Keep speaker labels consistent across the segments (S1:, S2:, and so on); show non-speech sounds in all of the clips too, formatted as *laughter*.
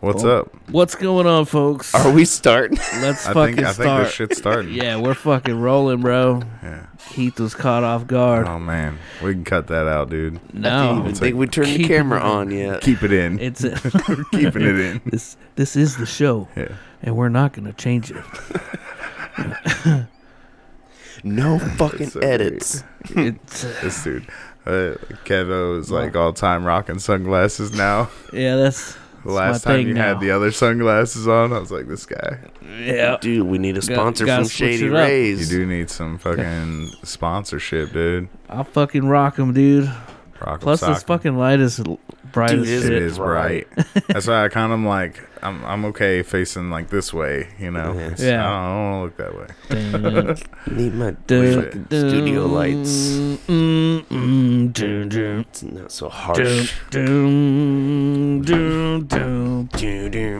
S1: What's
S2: Cool.
S1: up?
S3: What's going on, folks?
S2: Are we starting?
S3: Let's
S1: I
S3: fucking
S1: think I think
S3: start.
S1: this shit's starting.
S3: *laughs* yeah, we're fucking rolling, bro.
S1: Yeah.
S3: Keith was caught off guard.
S1: Oh man, we can cut that out, dude.
S2: I didn't
S3: no,
S2: even think we turned the
S3: Keep-
S2: camera on
S3: Uh,
S2: yet.
S1: Keep it in.
S3: *laughs*
S1: *laughs*
S3: it's a,
S1: Keeping it in.
S3: *laughs* this. This is the show,
S1: Yeah.
S3: and we're not gonna change it.
S2: No fucking
S1: so
S2: edits.
S3: It's,
S1: This dude, uh, Kevo is like all time rocking sunglasses now.
S3: yeah, that's
S1: The
S3: *laughs* It's
S1: last
S3: my
S1: time
S3: thing
S1: you
S3: now.
S1: had the other sunglasses on, I was like, this guy.
S3: yeah.
S2: Dude, we need a
S3: Gotta-
S2: sponsor
S3: gotta
S2: from
S3: switch
S2: Shady
S3: it up.
S1: You
S2: Rays.
S1: do need some fucking sponsorship, dude.
S3: I'll fucking rock him, dude.
S1: Rock 'em,
S3: Plus,
S1: sock
S3: this
S1: 'em.
S3: fucking light is l- bright
S2: Dude,
S3: as
S2: is
S1: It
S3: shit.
S2: it
S1: is
S2: bright?
S3: *laughs*
S1: bright. That's why I kind of like I'm I'm okay facing like this way, you know.
S2: Yeah.
S1: It's-
S3: Yeah. Mm.
S1: I don't, want to look that way. *laughs*
S3: *laughs* Dun,
S2: Need my
S3: dun,
S2: fucking studio
S3: dun,
S2: lights.
S3: mm, mm, dun, dun.
S2: It's not so
S1: Oh,
S3: Doom,
S2: harsh.
S3: doom, doom, doom.
S2: Do, do.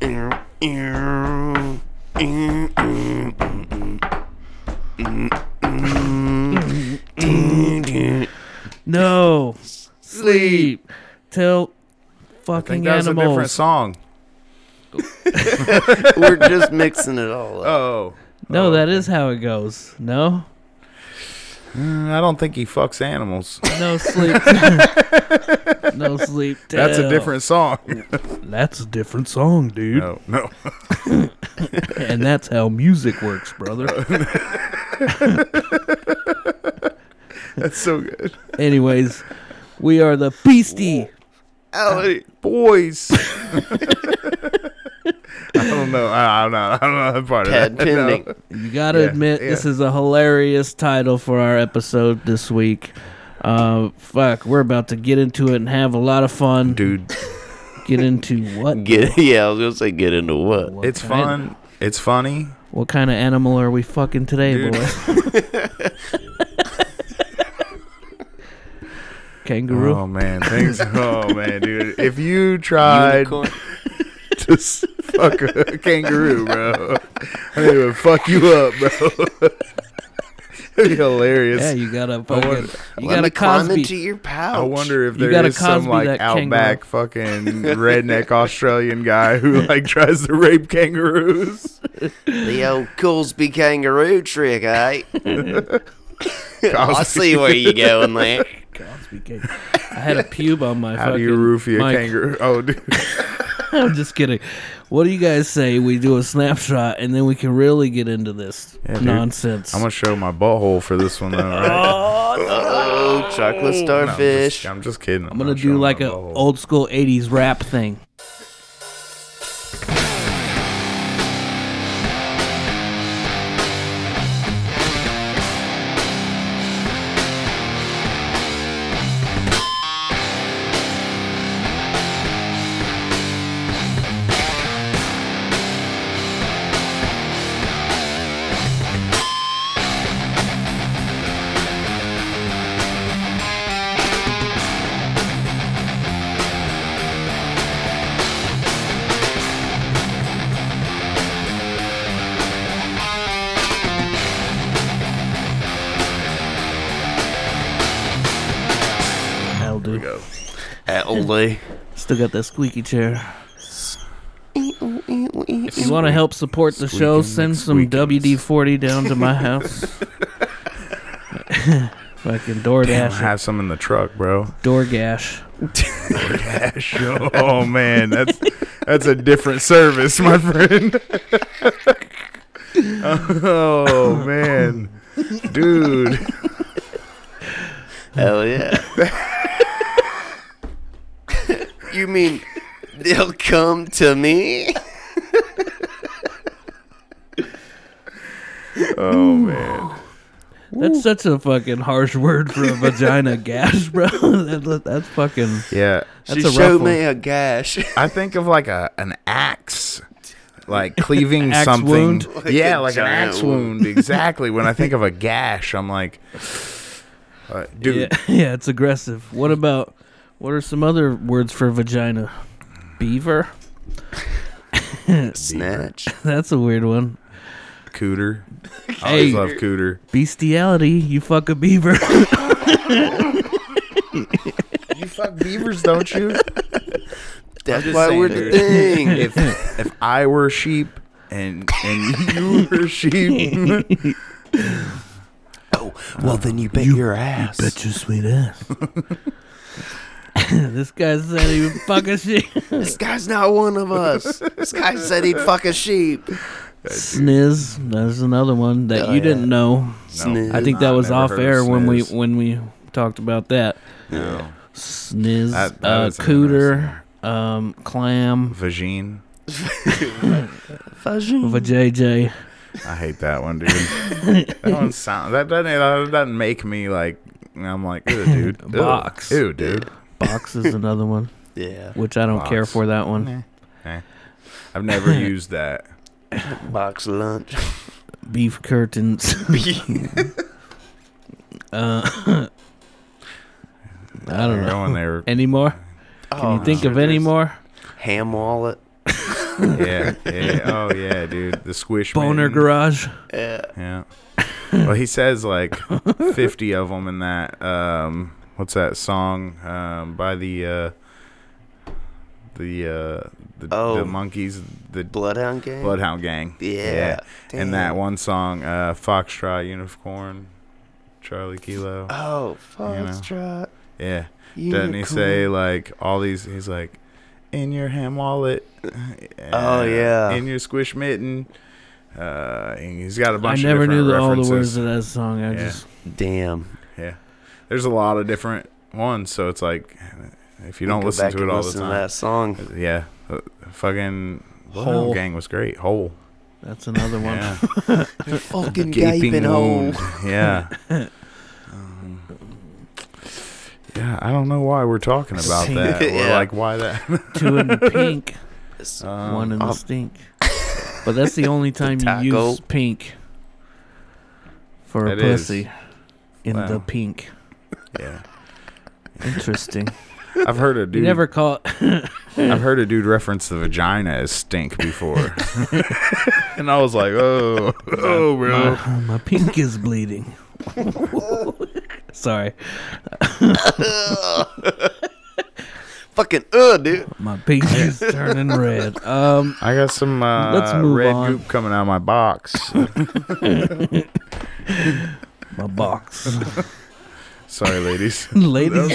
S2: Ew, ew, ew, ew, mm, mm, mm, mm, mm, do, do.
S1: *laughs*
S3: No sleep till
S1: I think
S3: fucking
S1: that was a different
S3: animals.
S1: song.
S2: We're just mixing it all up.
S1: Oh.
S3: No,
S1: Oh,
S3: that is how it goes. No,
S1: Mm, I don't think he fucks animals. *laughs*
S3: no sleep. no sleep. Till.
S1: That's a different
S2: *laughs*
S1: song.
S3: That's a different song, dude.
S1: No, no. *laughs*
S3: And that's how music works,
S1: *laughs*
S3: brother.
S1: That's so good.
S3: Anyways, we are the Beastie.
S1: Allie, boys. *laughs* I don't know. I, I don't know. I don't know that part
S2: Pad
S1: of that. *laughs* No.
S2: pending.
S3: You gotta
S1: Yeah,
S3: admit,
S1: yeah.
S3: this is a hilarious title for our episode this week. Uh, fuck, we're about to get into it and have a lot of fun.
S1: Dude,
S3: Get into what?
S2: Get yeah, I was gonna say get into what?
S3: What
S1: it's
S3: kind-
S1: fun. It's funny.
S3: What kind of animal are we fucking today,
S1: Dude.
S3: boy?
S1: *laughs*
S3: Kangaroo.
S1: Oh man, thanks. *laughs* Oh man, dude. If you tried
S2: Unicorn.
S1: to s- *laughs* fuck a kangaroo, bro, *laughs* they would fuck you up, bro. *laughs* It'd be hilarious.
S3: yeah, you gotta
S1: wonder-
S3: fucking. you
S2: Let
S3: gotta
S2: me climb into
S3: Cosby.
S2: your pouch.
S1: I wonder if
S3: You
S1: there
S3: gotta
S1: is some
S3: Cosby
S1: like
S3: that kangaroo.
S1: outback fucking
S3: *laughs*
S1: redneck Australian guy who like tries to rape
S3: *laughs*
S1: kangaroos.
S2: the old Colesby kangaroo trick, eh? I
S1: Cosby.
S2: see where you
S1: *laughs*
S2: going there.
S3: Cosby cake. I had a pube on my.
S1: How do
S3: fucking
S1: you roofie a
S3: mic.
S1: kangaroo? Oh, dude.
S3: *laughs* I'm just kidding. What do you guys say we do a snapshot and then we can really get into this
S1: Yeah, dude.
S3: nonsense? *laughs*
S1: I'm gonna show my butthole for this one though. Right?
S2: Oh, chocolate
S1: No, I'm, just,
S2: starfish.
S1: I'm just kidding.
S3: I'm gonna do like a old school '80s rap thing. That'll do.
S1: go.
S2: At Oldie.
S3: Still got that squeaky chair. If you want to help support the
S1: Squeaking,
S3: show, send some
S1: squeaking.
S3: WD 40 down to my house. Fucking
S1: Damn, I
S3: DoorDash. it.
S1: have some in the truck, bro. *laughs*
S3: DoorGash.
S1: oh man, that's that's a different service, my friend. *laughs* oh man, dude.
S2: Hell yeah.
S1: *laughs*
S2: you mean they'll come to me?
S1: Oh man,
S3: That's such a fucking harsh word for a vagina gash, bro. *laughs* that, that- that's fucking.
S1: yeah.
S3: That's
S2: she
S3: a rough
S2: showed
S3: one.
S2: me a gash.
S1: I think of like a an axe, like cleaving
S3: *laughs* Axe
S1: something.
S3: wound?
S2: *laughs*
S1: yeah,
S2: a
S1: like an
S2: giant
S1: axe
S2: wound. *laughs*
S1: wound. Exactly. When I think of a gash, I'm like, uh, dude,
S3: Yeah, *laughs* yeah, it's aggressive. What about. What are some other words for vagina? Beaver? *laughs*
S2: Snatch.
S3: That's a weird one.
S2: *laughs*
S1: cooter. I always
S3: Hey.
S1: love cooter.
S3: Bestiality. You fuck a beaver.
S1: *laughs* You fuck beavers, don't you?
S2: That's
S1: just
S2: why
S1: saying,
S2: we're
S1: dude. *laughs*
S2: the thing.
S1: if if I were sheep and and *laughs* you were
S3: *laughs*
S1: sheep,
S2: oh, well then you bet your ass.
S3: your sweet ass. *laughs* this guy said he would fuck a shit.
S2: This guy's not one of us. This guy said he'd fuck a sheep.
S3: Sniz. That's another one that
S2: Oh,
S3: you didn't
S2: yeah.
S3: know.
S2: Sniz.
S3: I think that
S1: I've
S3: was
S1: never
S3: off
S1: heard of
S3: air when we
S1: sniz.
S3: when we talked about that.
S1: no.
S3: Sniz,
S1: That- that
S3: uh,
S1: is
S3: cooter, um, clam,
S1: vagine.
S3: vajayjay.
S1: I hate that one, dude. that
S3: *laughs*
S1: one sounds that doesn't that doesn't make me like I'm like ew, dude. Ew.
S3: *laughs* Box.
S1: Ew, dude. *laughs*
S3: Box is another one,
S2: Yeah.
S3: which I don't care
S1: Box.
S3: for that one.
S1: *laughs* Nah. Nah. I've
S3: *laughs*
S1: never used that.
S2: Box lunch.
S1: *laughs*
S3: Beef curtains. *laughs* uh, *laughs* I don't
S1: You're
S3: know.
S1: Going there.
S3: *laughs* Any more? Can
S1: Oh,
S3: you think of any more?
S2: Oh, Ham wallet.
S1: yeah, yeah. Oh yeah, dude. The squish.
S3: Boner
S1: mitten.
S3: garage.
S2: Yeah.
S1: Yeah. Well, he says like 50 of them in that. Um, what's that song um, by the uh, the uh, the,
S2: Oh.
S1: the monkeys, the
S2: Bloodhound gang.
S1: Bloodhound Gang.
S2: Yeah.
S1: And that
S2: Damn.
S1: one song, uh, Foxtrot Unicorn, Charlie Kilo. know.
S2: Oh, Foxtrot.
S1: Yeah. Doesn't he
S2: unicorn.
S1: say like all these? He's like, in your ham wallet.
S2: Oh,
S1: uh,
S2: yeah.
S1: In your squish mitten. Uh, and he's got a
S3: I
S1: bunch. of
S3: never knew
S1: different
S3: the, all the
S1: references.
S3: words of that song. I
S1: Yeah.
S3: just
S2: Damn.
S1: Yeah. There's a lot of different ones, so it's like if you don't
S2: Go
S1: listen
S2: back
S1: to it
S2: and
S1: all the
S2: listen to
S1: time.
S2: that
S1: *laughs*
S2: song.
S1: Yeah. Uh, fucking
S3: Hole.
S1: Whole Gang was great. Hole.
S3: that's another one.
S1: Yeah.
S2: Fucking gaping hole.
S1: wound. *laughs* Yeah. Um, yeah, I don't know why we're talking
S2: *laughs*
S1: about that. Or
S2: Yeah.
S1: like why
S2: *laughs*
S1: that
S3: Two
S1: *laughs*
S3: in the pink,
S1: Um,
S3: one in the
S2: um,
S3: stink. But that's
S1: *laughs*
S3: the only time you
S2: taco.
S3: use pink for a
S1: That is.
S3: pussy. In the
S1: Wow.
S3: pink.
S1: Yeah. *laughs*
S3: Interesting.
S1: I've heard a
S3: you
S1: dude
S3: never call
S1: *laughs* I've heard a dude reference the vagina as stink
S2: *laughs*
S1: before. and I was like, Oh, oh bro.
S3: my, *laughs* my pink is bleeding. *laughs* Sorry,
S2: Fucking uh, dude.
S3: my
S1: *laughs*
S3: pink is turning red. Um,
S1: I got some uh,
S3: Let's move
S1: red
S3: on.
S1: goop coming out of my box.
S2: *laughs*
S3: my
S1: *laughs*
S3: box. *laughs*
S1: Sorry,
S2: *laughs*
S1: ladies.
S3: Ladies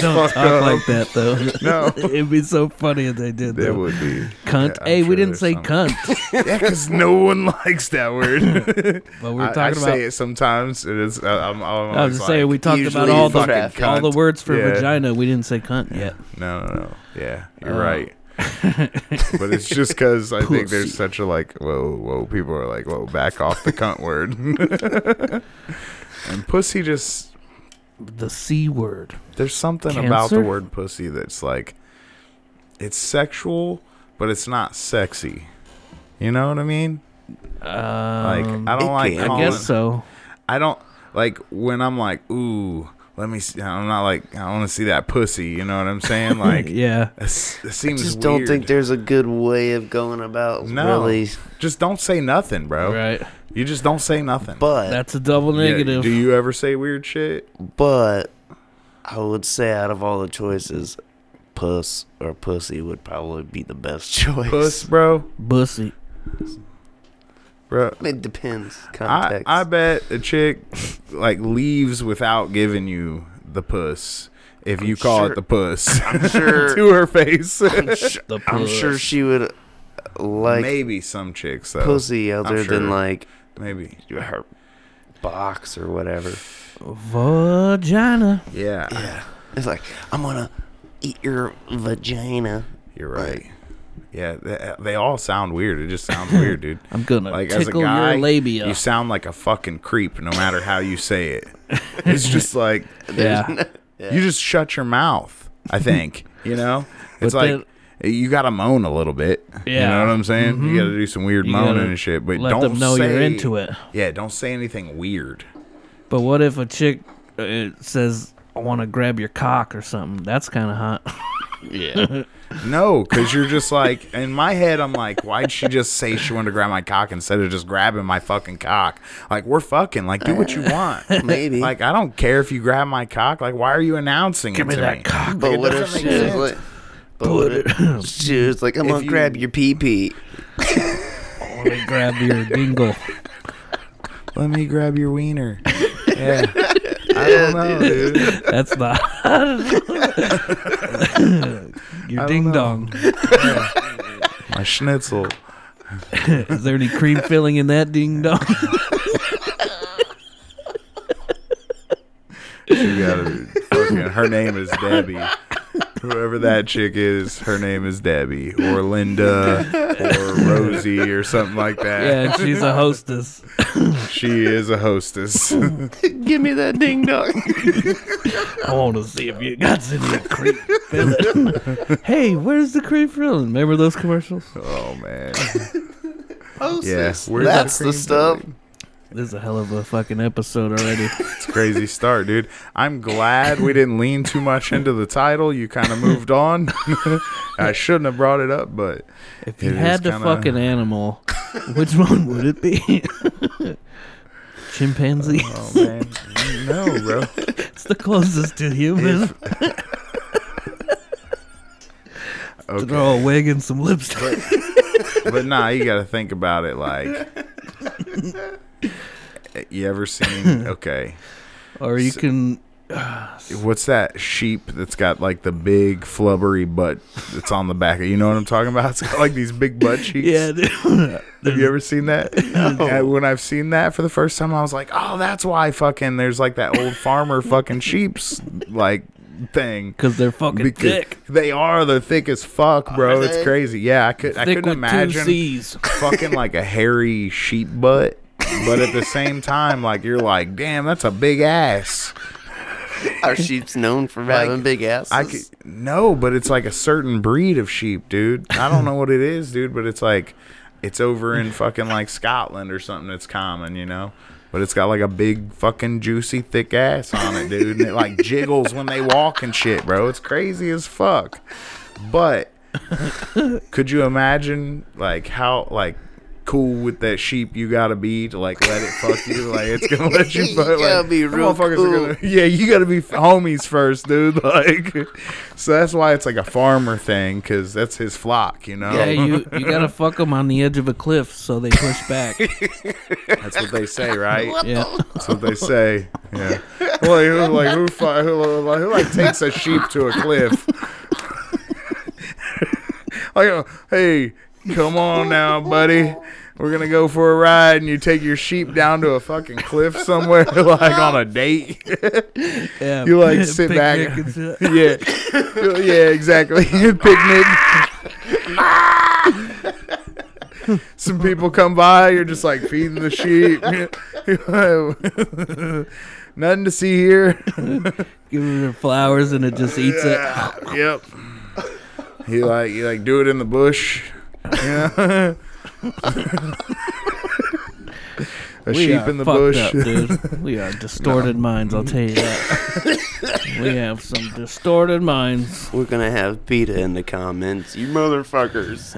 S1: That's
S3: don't
S1: fucked
S3: talk
S1: up.
S3: like that though.
S1: *laughs* No.
S3: *laughs* it'd be so funny if they did.
S1: That
S3: though.
S1: would be.
S3: Cunt.
S1: Yeah, I'm
S3: hey,
S1: sure
S3: we didn't
S1: there's
S3: say
S1: some.
S3: cunt,
S1: Yeah, because no one likes that word.
S2: *laughs*
S3: but we
S1: I,
S3: were
S1: I
S3: talking about.
S1: say it sometimes. and Oh, it's- I- I'm, I'm
S3: I was
S1: always
S3: just saying
S1: like,
S3: we talked about
S2: usually
S3: all
S2: you
S3: the
S2: fucking
S3: all the
S1: cunt.
S3: words for
S1: Yeah.
S3: vagina. We didn't say cunt yet.
S1: No, no, no. Yeah, you're
S3: Uh,
S1: right. but it's just because I think
S3: Pussy.
S1: there's such a like, whoa, whoa. People are like, whoa, back off the cunt word. and pussy just
S3: The c word.
S1: there's something about the
S3: Cancer?
S1: word pussy that's like, it's sexual, but it's not sexy. You know what I mean? Like
S3: Um,
S1: I
S2: it
S1: don't like.
S2: can- I
S3: I
S1: calling-
S3: guess so.
S1: I don't like when I'm like, ooh, let me see. I'm not like, I want to see that pussy. You know what I'm saying? Like, it,
S3: *laughs* yeah,
S1: seems
S2: Just
S1: weird.
S2: don't think there's a good way of going about
S1: No.
S2: really.
S1: just don't say nothing, bro.
S3: right.
S1: You just don't say nothing.
S2: But
S3: That's a double
S1: Yeah,
S3: negative.
S1: do you ever say weird shit?
S2: but I would say out of all the choices, puss or pussy would probably be the best *laughs* choice.
S1: Puss, bro,
S3: Bussy.
S1: bro.
S2: It depends
S1: I,
S2: context.
S1: I bet a chick like leaves without giving you the puss if you call
S2: sure-
S1: it the puss *laughs*
S2: am sure.
S1: to her face.
S2: I'm sure,
S3: The
S2: I'm sure
S3: puss.
S2: she would like
S1: Maybe some chicks though.
S2: pussy other
S1: sure.
S2: than like
S1: Maybe.
S2: her box or whatever.
S3: Vagina.
S1: Yeah.
S2: It's like I'm gonna eat your
S1: *laughs*
S2: vagina.
S1: You're right. Yeah, they, they all sound weird. It just sounds weird, dude.
S3: I'm gonna
S1: Like as a
S3: tickle
S1: guy,
S3: your labia.
S1: you sound like a fucking creep no matter how you say it. It's just like *laughs*
S3: yeah.
S1: you just shut your mouth. I think *laughs* you know. It's
S3: But
S1: like you got to moan a little bit. you
S3: Yeah.
S1: know what I'm saying. You got to do some weird
S3: Mm-hmm. You
S1: moaning
S3: gotta
S1: and shit. But
S3: let
S1: don't
S3: them know you're
S1: say-
S3: into it.
S1: Yeah, don't say anything weird.
S3: But what if a chick uh, it says, "I want to grab your cock" or something? That's kind of hot.
S2: Yeah.
S1: No, because you're just like in my head. I'm like, why'd she just say she wanted to grab my cock instead of just grabbing my fucking cock? Like we're fucking. Like do
S3: *laughs*
S1: what you want.
S2: Maybe.
S1: Like I don't care if you grab my cock. Like why are you announcing
S3: *laughs* Give
S1: it
S3: me
S1: to
S3: that
S1: me?
S3: cock.
S2: but what if
S1: doesn't
S2: she
S1: make
S2: was
S1: sense.
S2: like Put it.
S1: *laughs*
S2: She was like, I'm
S1: If
S2: gonna
S1: you-
S2: grab your pee pee.
S3: Let me grab your
S1: *laughs*
S3: dingle.
S1: Let me grab your
S3: *laughs*
S1: wiener. Yeah. I don't know, dude.
S3: That's
S1: *laughs*
S3: not *laughs*
S1: I
S3: your
S1: don't
S3: ding
S1: know.
S3: dong.
S1: My schnitzel.
S3: Is there any cream filling in that ding *laughs* dong?
S1: She got a fucking. Her name is Debbie. Whoever that chick is, her name is Debbie or Linda or Rosie or something like
S3: yeah,
S1: that.
S3: she's a hostess.
S1: She is a hostess. *laughs* Oh,
S2: Give me that ding dong.
S3: I want to see if you got any cream filling. *laughs* hey, where's the cream filling? Remember those commercials?
S1: oh man. Yeah, *laughs*
S2: Hostess.
S1: where's
S2: That's
S1: that
S2: the
S1: cream
S2: stuff.
S1: filling?
S3: This is a hell of a fucking episode already.
S1: It's a crazy start, dude. I'm glad we didn't lean too much into the title. You kind of moved on. *laughs* I shouldn't have brought it up, but
S3: If you
S1: It is
S3: had to
S1: kinda-
S3: fuck an animal, which one would it be? *laughs* Chimpanzee.
S1: oh man, no, bro.
S3: it's the closest to human.
S1: *laughs* Okay.
S3: Throw a wig and some lipstick.
S1: but nah, you got to think about it. Like, *laughs* you ever
S3: *laughs*
S1: seen? Okay,
S3: or you
S1: So-
S3: can.
S1: what's that sheep that's got like the big flubbery butt that's on the back? of You know what I'm talking about? It's got like these big butt
S3: *laughs*
S1: cheeks.
S3: Yeah, dude. *laughs*
S1: Have you ever seen that? Yeah, when I've seen that for the first time, I was like, "Oh, that's why fucking there's like that old farmer fucking sheep's like
S3: *laughs*
S1: thing."
S3: Because they're fucking thick.
S1: they are they're thick as fuck, bro.
S2: Are
S1: It's
S2: they?
S1: crazy. Yeah, I could I
S3: thick
S1: couldn't
S3: with two
S1: imagine
S3: C's.
S1: fucking like a hairy sheep butt, but at the same time, like you're like, damn, that's a big ass.
S2: Our sheep's known for
S1: Like,
S2: having big asses.
S1: I could no, but it's like a certain breed of sheep, dude. I don't know what it is, dude, but it's like it's over in fucking like Scotland or something that's common, you know. But it's got like a big fucking juicy thick ass on it, dude, and it like jiggles when they walk and shit, bro. It's crazy as fuck. But could you imagine like how like cool with that sheep you gotta be to like let it fuck you? Like it's gonna let
S2: *laughs*
S1: you
S2: You
S1: fuck. like,
S2: gotta be
S1: the
S2: real
S1: motherfuckers are
S2: cool.
S1: gonna- yeah, you gotta be homies first, dude. *laughs* Like, so that's why it's like a farmer thing because that's his flock, you know.
S3: Yeah, you,
S1: *laughs*
S3: you gotta fuck them on the edge of a cliff so they push back.
S1: That's what they say, right?
S3: yeah.
S1: That's what they say. Yeah. Like who, like who, fi- who, like, who like takes a sheep to a cliff? *laughs* like, uh, hey, come on now, buddy. We're gonna go for a ride, and you take your sheep down to a fucking cliff somewhere, *laughs* like on a date.
S3: yeah.
S1: *laughs* You,
S3: *laughs*
S1: like, sit back.
S3: Picnic and shit.
S1: yeah, yeah, exactly. *laughs*
S3: *laughs*
S1: Picnic. Some people come by. You're just like feeding the sheep. *laughs* Nothing to see here.
S3: Give it her flowers and it just eats it.
S1: yep. You like you like do it in the bush. Yeah. *laughs* A
S3: We
S1: sheep
S3: are
S1: in the
S3: fucked
S1: bush.
S3: up, dude. We are distorted minds. I'll tell you that.
S1: *laughs*
S3: we have some distorted minds.
S2: We're gonna have PETA in the comments. You motherfuckers.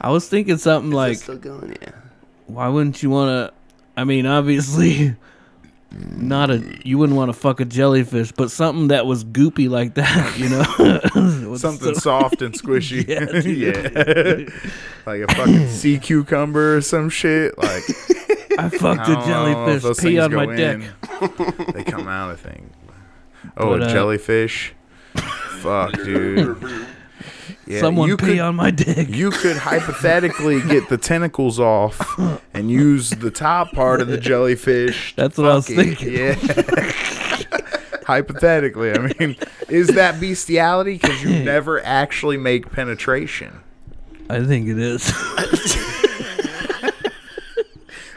S3: I was thinking something
S2: Like,
S3: like,
S2: still going, yeah.
S3: why wouldn't you want to? I mean, obviously, *laughs* not a you wouldn't want to fuck a jellyfish, but something that was goopy like that, you know, *laughs*
S1: *laughs*
S3: With
S1: Something
S3: some-
S1: soft and squishy. *laughs*
S3: Yeah, dude.
S1: yeah. like a fucking sea cucumber or some shit. Like
S3: I fucked a
S1: I don't know if Oh, those
S3: jellyfish. Pee
S1: things
S3: on my
S1: go
S3: dick.
S2: *laughs*
S1: in. they come out, I think. Oh,
S3: But,
S1: a
S3: uh,
S1: jellyfish.
S2: *laughs*
S1: Fuck, dude. Yeah,
S3: Someone
S1: you
S3: pee
S1: could,
S3: on my dick.
S1: You could hypothetically get the tentacles
S3: *laughs*
S1: off and use the top part of the jellyfish. to
S3: That's what I was
S1: fuck it.
S3: thinking.
S1: Yeah. *laughs* hypothetically, I mean, is that bestiality? Because
S3: *laughs*
S1: you never actually make penetration.
S3: I think it is.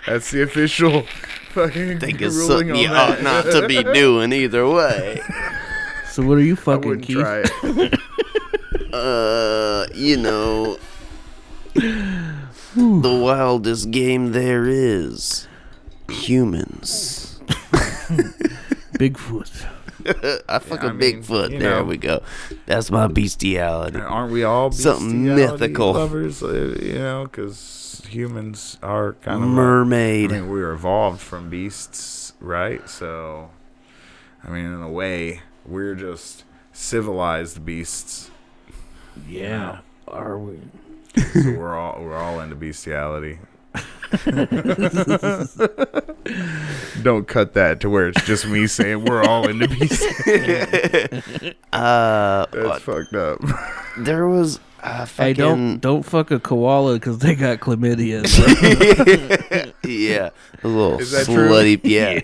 S1: That's the official *laughs* fucking
S2: think it's
S1: ruling
S2: something
S1: on
S2: you
S1: that. *laughs*
S2: ought *laughs* not to be doing either way.
S3: *laughs* so what are you
S1: I
S3: fucking,
S1: wouldn't
S3: Keith?
S1: try it.
S2: Uh, you know, the wildest game there is humans.
S3: Bigfoot.
S2: I fuck
S1: I
S2: a
S1: mean,
S2: Bigfoot.
S1: you
S2: there
S1: know.
S2: we go. That's my bestiality.
S1: Aren't we all
S2: Something
S1: bestiality
S2: mythical.
S1: lovers? uh, You know, because humans are kind of
S2: Mermaid.
S1: I mean, we were evolved from beasts, right? So, I mean, in a way, we're just civilized beasts.
S3: Yeah. Are we?
S1: So we're all we're all into
S2: *laughs*
S1: bestiality. Don't cut that to where it's just me saying we're all into bestiality.
S2: Uh,
S1: That's fucked up.
S2: there was uh, a fucking.
S3: Hey, don't don't fuck a koala because they got *laughs* chlamydia. bro. *laughs*
S2: *laughs* yeah, a little
S1: Is that true?
S2: slutty. Yeah,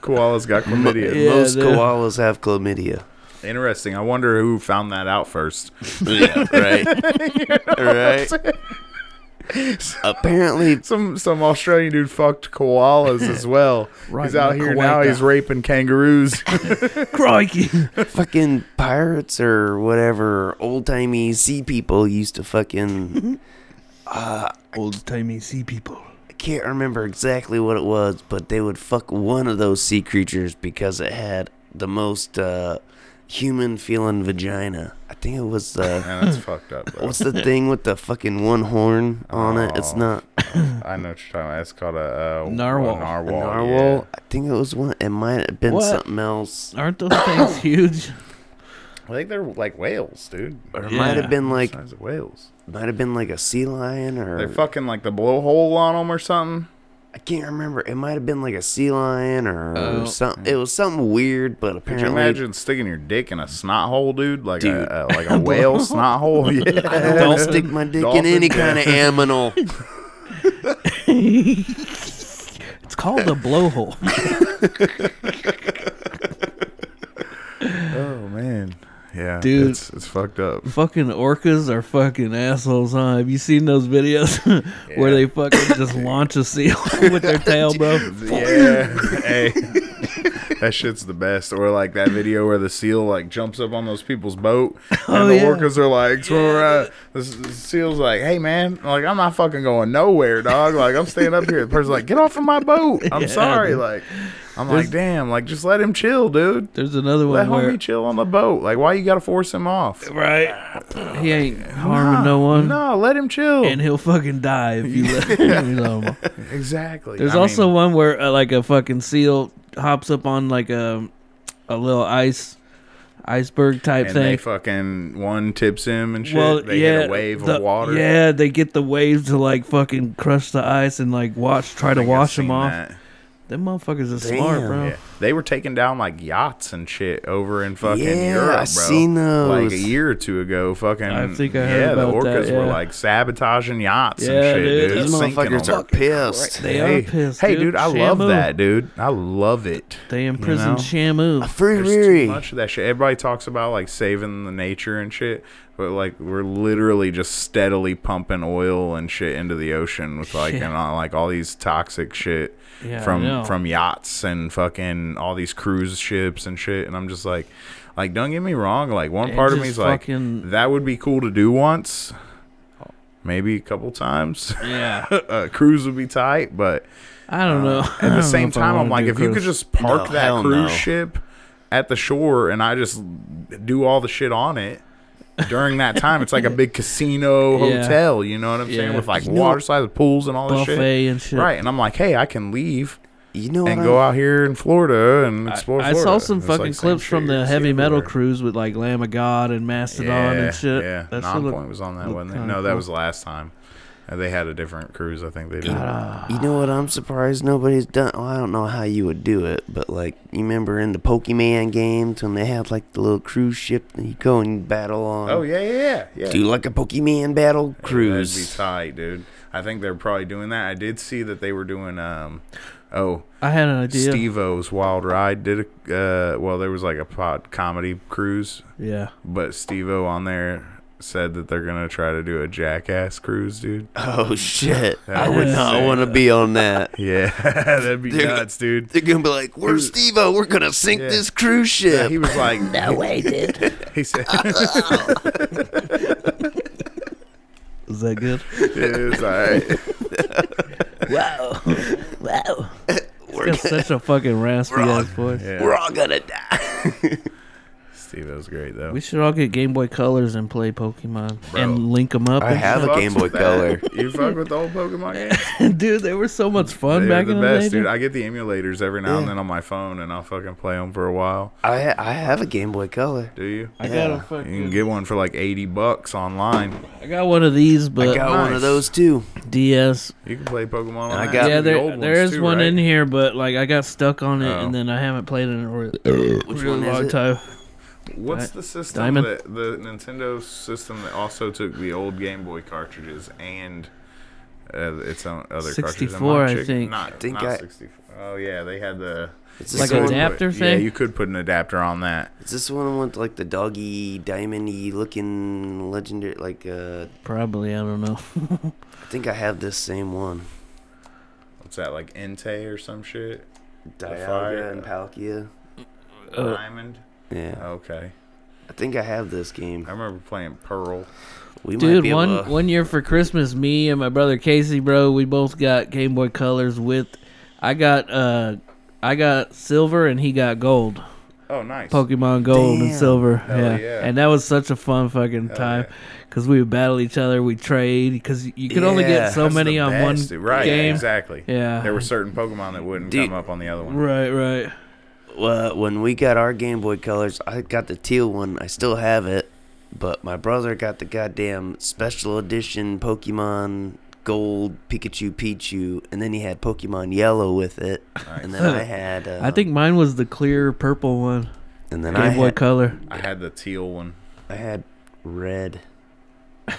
S1: Koalas got chlamydia.
S3: Yeah,
S2: most
S3: they're-
S2: koalas have chlamydia.
S1: Interesting. I wonder who found that out first. *laughs*
S2: yeah, right, right. Apparently,
S1: Some some Australian dude fucked koalas as well.
S3: *laughs* Right,
S1: he's out
S3: in the
S1: here now.
S3: cloaca.
S1: He's raping
S3: *laughs*
S1: kangaroos.
S3: Crikey!
S2: fucking pirates or whatever old timey sea people used to fucking.
S3: Old timey sea people.
S2: I can't remember exactly what it was, but they would fuck one of those sea creatures because it had the most uh, human feeling vagina. I think it was uh,
S1: Man, that's fucked up. Bro.
S2: what's the
S1: *laughs*
S2: thing with the fucking one horn on it? It's
S1: Oh.
S2: not
S1: I know what you're talking about. It's called a uh, A
S3: Narwhal.
S2: a
S1: narwhal.
S2: narwhal.
S1: yeah.
S2: I think it was one. It might have been
S3: What?
S2: something else.
S3: Aren't those *coughs* things huge?
S1: I think they're like whales, dude.
S2: Or it
S3: Yeah.
S2: might have been like
S1: Size of whales.
S2: might have been like a sea lion
S1: They
S2: or
S1: fucking like the blowhole on them or something.
S2: I can't remember. It might have been like a sea lion or
S3: Oh.
S2: something. It was something weird, but
S1: Could you
S2: apparently
S1: imagine sticking your dick in a snot hole, dude? Like
S2: Dude.
S1: a
S2: *laughs*
S1: uh, like a whale snot hole.
S2: I
S1: Yeah.
S2: don't want to
S1: *laughs*
S3: Dolphin-
S2: stick my dick
S1: dolphin
S2: in any
S1: dick.
S2: kind
S1: *laughs*
S2: of aminal.
S3: It's called a blowhole.
S1: Oh man. Yeah,
S3: Dude.
S1: It's, it's fucked up.
S3: *laughs* fucking orcas are fucking assholes, huh? Have you seen those videos *laughs* where
S1: Yeah.
S3: they
S1: *coughs*
S3: fucking just launch a seal *laughs* with their
S1: *laughs*
S3: tail, bro?
S1: Yeah.
S3: *laughs*
S1: hey. That shit's the best. Or like that video where the seal like jumps up on those people's boat and
S3: Oh,
S1: the
S3: yeah.
S1: orcas are like swimming around. The, s- the seal's like, hey man, like I'm not fucking going nowhere, dog. Like I'm staying up here. The person's like, get off of my
S3: *laughs*
S1: boat. I'm
S3: Yeah,
S1: sorry.
S3: dude.
S1: Like I'm like, damn, like just let him chill, dude.
S3: There's another
S1: Let
S3: one where
S1: homie chill on the boat. Like why you gotta force him off?
S3: right he ain't harming no one,
S1: No, let him chill.
S3: *laughs* and he'll fucking die if you let
S1: *laughs*
S3: him alone.
S1: exactly.
S3: There's
S1: I mean,
S3: also one where uh, like a fucking seal hops up on like a a little ice iceberg type
S1: and they
S3: thing.
S1: fucking one tips him and shit. they hit a wave
S3: the-
S1: of water.
S3: Yeah, they get the waves to like fucking crush the ice and like watch, try
S1: I
S3: to
S1: think I've
S3: wash them
S1: seen
S3: off.
S1: that.
S3: Them motherfuckers are smart,
S2: Damn.
S3: bro.
S1: Yeah. They were taking down like yachts and shit over in fucking
S2: Yeah,
S1: Europe,
S2: I
S1: bro.
S2: seen those.
S1: Like a year or two ago, fucking.
S3: I think I heard
S1: yeah, the
S3: about that,
S1: orcas were
S3: yeah.
S1: like sabotaging yachts and
S3: Yeah,
S1: shit,
S3: dude,
S1: dude.
S3: those
S2: These
S1: Sinking
S2: motherfuckers
S1: them.
S2: are pissed.
S3: They
S1: hey,
S3: are pissed.
S1: Hey,
S3: dude,
S1: dude, I love
S3: Shamu.
S1: that, dude. I love it.
S3: They
S1: you
S3: imprison
S1: know?
S2: A
S1: *laughs*
S3: Shamu.
S2: free
S1: There's too
S2: Riri.
S1: much of that shit. Everybody talks about like saving the nature and shit, but like we're literally just steadily pumping oil and shit into the ocean with like
S3: Yeah.
S1: and all, like all these toxic shit
S3: Yeah, I know.
S1: from from yachts and fucking all these cruise ships and shit. And I'm just like, like don't get me wrong. Like one
S3: It
S1: part of
S3: just
S1: me's like
S3: fucking-
S1: that would be cool to do once, maybe a couple times. *laughs*
S3: Yeah,
S1: a cruise would be tight, but
S3: I don't know. *laughs* I
S1: Uh, at
S3: don't
S1: the
S3: know
S1: same
S3: if I
S1: time,
S3: wanna
S1: I'm like,
S3: do
S1: if you could
S3: cruise.
S1: just park
S2: No,
S1: that
S2: hell
S1: cruise
S2: no.
S1: ship at the shore and I just do all the shit on it during that time, it's like a big casino
S3: *laughs* Yeah.
S1: hotel. You know what I'm saying?
S3: Yeah.
S1: With like
S2: You know-
S1: water slides, pools, and all this
S3: buffet
S1: shit.
S3: and shit,
S1: Right, and I'm like, hey, I can leave
S2: You know what?
S1: and go
S2: I'm-
S1: out here in Florida and explore.
S3: I
S1: Florida.
S3: saw some
S1: It's, like,
S3: fucking
S1: same
S3: clips
S1: shit
S3: from
S1: you
S3: the
S1: see
S3: heavy metal
S1: everywhere.
S3: cruise with like Lamb of God and Mastodon
S1: yeah,
S3: and shit.
S1: Yeah,
S3: That shit
S1: Nonpoint
S3: looked,
S1: was on that,
S3: looked
S1: wasn't it?
S3: kinda
S1: No, that
S3: cool.
S1: was last time. Uh, They had a different cruise, I think they did.
S2: You know what? I'm surprised nobody's done. Well, I don't know how you would do it, but like you remember in the Pokemon games when they had like the little cruise ship that you go and battle on.
S1: Oh yeah, yeah, yeah. yeah.
S2: Do like a Pokemon battle
S1: That'd be
S2: cruise.
S1: tight, dude. I think they're probably doing that. I did see that they were doing um oh
S3: I had an idea.
S1: Steve O's Wild Ride did a uh well there was like a pod comedy cruise,
S3: Yeah,
S1: but Steve O on there said that they're gonna try to do a jackass cruise, dude.
S2: oh shit!
S1: *laughs*
S2: I
S1: was
S2: would not
S1: insane.
S2: want to be on that.
S1: Yeah, *laughs* that'd be
S2: Dude.
S1: nuts, dude.
S2: They're gonna be like, "Where's Steve-O? We're gonna sink
S1: Yeah.
S2: this cruise ship."
S1: He was like
S4: No
S1: *laughs*
S4: way, dude.
S1: he said *laughs*
S3: is that good?
S2: *laughs*
S1: it's all right.
S2: *laughs*
S4: Wow. Wow.
S2: we're,
S3: That's
S2: gonna,
S3: such a fucking raspy
S2: *laughs* We're all-
S3: ass voice.
S1: Yeah.
S2: we're all gonna die.
S1: Steve O's was great though.
S3: We should all get Game Boy Colors and play Pokemon
S1: Bro.
S3: and link them up.
S2: I
S3: and
S2: have a
S1: Fucks
S2: Game Boy
S1: with that.
S2: Color.
S1: You fuck with the old Pokemon games?
S3: *laughs* dude, they were so much fun
S1: They
S3: back
S1: were
S3: in
S1: the
S3: the
S1: best,
S3: day.
S1: dude. I get the emulators every now
S2: Yeah.
S1: and then on my phone, and I'll fucking play them for a while.
S2: I I have a Game Boy Color.
S1: Do you?
S3: I
S2: Yeah.
S3: got a
S1: You
S3: fucking,
S1: can get one for like eighty bucks online.
S3: I got one of these,
S2: I
S3: but
S2: got one
S1: nice.
S2: of those too.
S3: DS.
S1: You can play Pokemon.
S2: I
S1: Online.
S2: got-
S3: yeah,
S1: The
S3: there,
S1: old
S3: there
S1: ones
S3: is
S1: too,
S3: one
S1: right?
S3: in here, but like I got stuck on it,
S1: Oh.
S3: and then I haven't played it in a re-
S2: Which
S3: really
S2: one is
S3: long
S2: it?
S3: time.
S1: What's
S3: Di-
S1: the system
S3: Diamond?
S1: that the Nintendo system that also took the old Game Boy cartridges and uh, its own other cartridges? Am
S3: 64, I
S1: chick-
S3: think.
S1: Not,
S2: think
S1: not
S2: I-
S1: 64. Oh yeah, they had the
S2: It's
S1: you
S3: Like an
S2: this
S1: could
S2: one.
S1: put-
S3: adapter
S1: Yeah,
S3: thing?
S1: you could put an adapter on that.
S2: Is this one with like the doggy diamondy looking legendary? Like uh,
S3: Probably, I don't know.
S2: I think I have this same one.
S1: What's that like Entei or some shit? fire-
S2: Dialga and Palkia.
S3: Uh,
S1: Diamond.
S2: Yeah,
S1: Okay,
S2: I think I have this game.
S1: I remember playing Pearl.
S2: We might
S3: Dude,
S2: be able
S3: one
S2: to-
S3: one year for Christmas, me and my brother Casey, bro, we both got Game Boy Colors with I got uh I got silver and he got gold.
S1: Oh, nice.
S3: Pokemon Gold and
S2: Damn.
S3: Silver.
S1: Hell
S3: yeah.
S1: yeah.
S3: And that was such a fun fucking
S1: Hell
S3: time
S1: yeah.
S3: because we would battle each other, we trade because you could only
S2: Yeah,
S3: get
S1: *laughs*
S3: so
S1: That's
S3: many
S1: the
S3: on
S1: best,
S3: one
S1: dude. right,
S3: game.
S1: Exactly.
S3: Yeah.
S1: There were certain Pokemon that wouldn't
S2: Dude.
S1: come up on the other one.
S3: Right, right.
S2: Well, when we got our Game Boy Colors, I got the teal one. I still have it, but my brother got the goddamn special edition Pokemon Gold Pikachu Pichu, and then he had Pokemon Yellow with it, and then
S3: *laughs*
S2: I had. Um,
S3: I think mine was the clear purple one.
S2: And then
S3: Game
S2: I
S3: Boy
S2: had,
S3: Color.
S1: I had the teal one.
S2: I had red.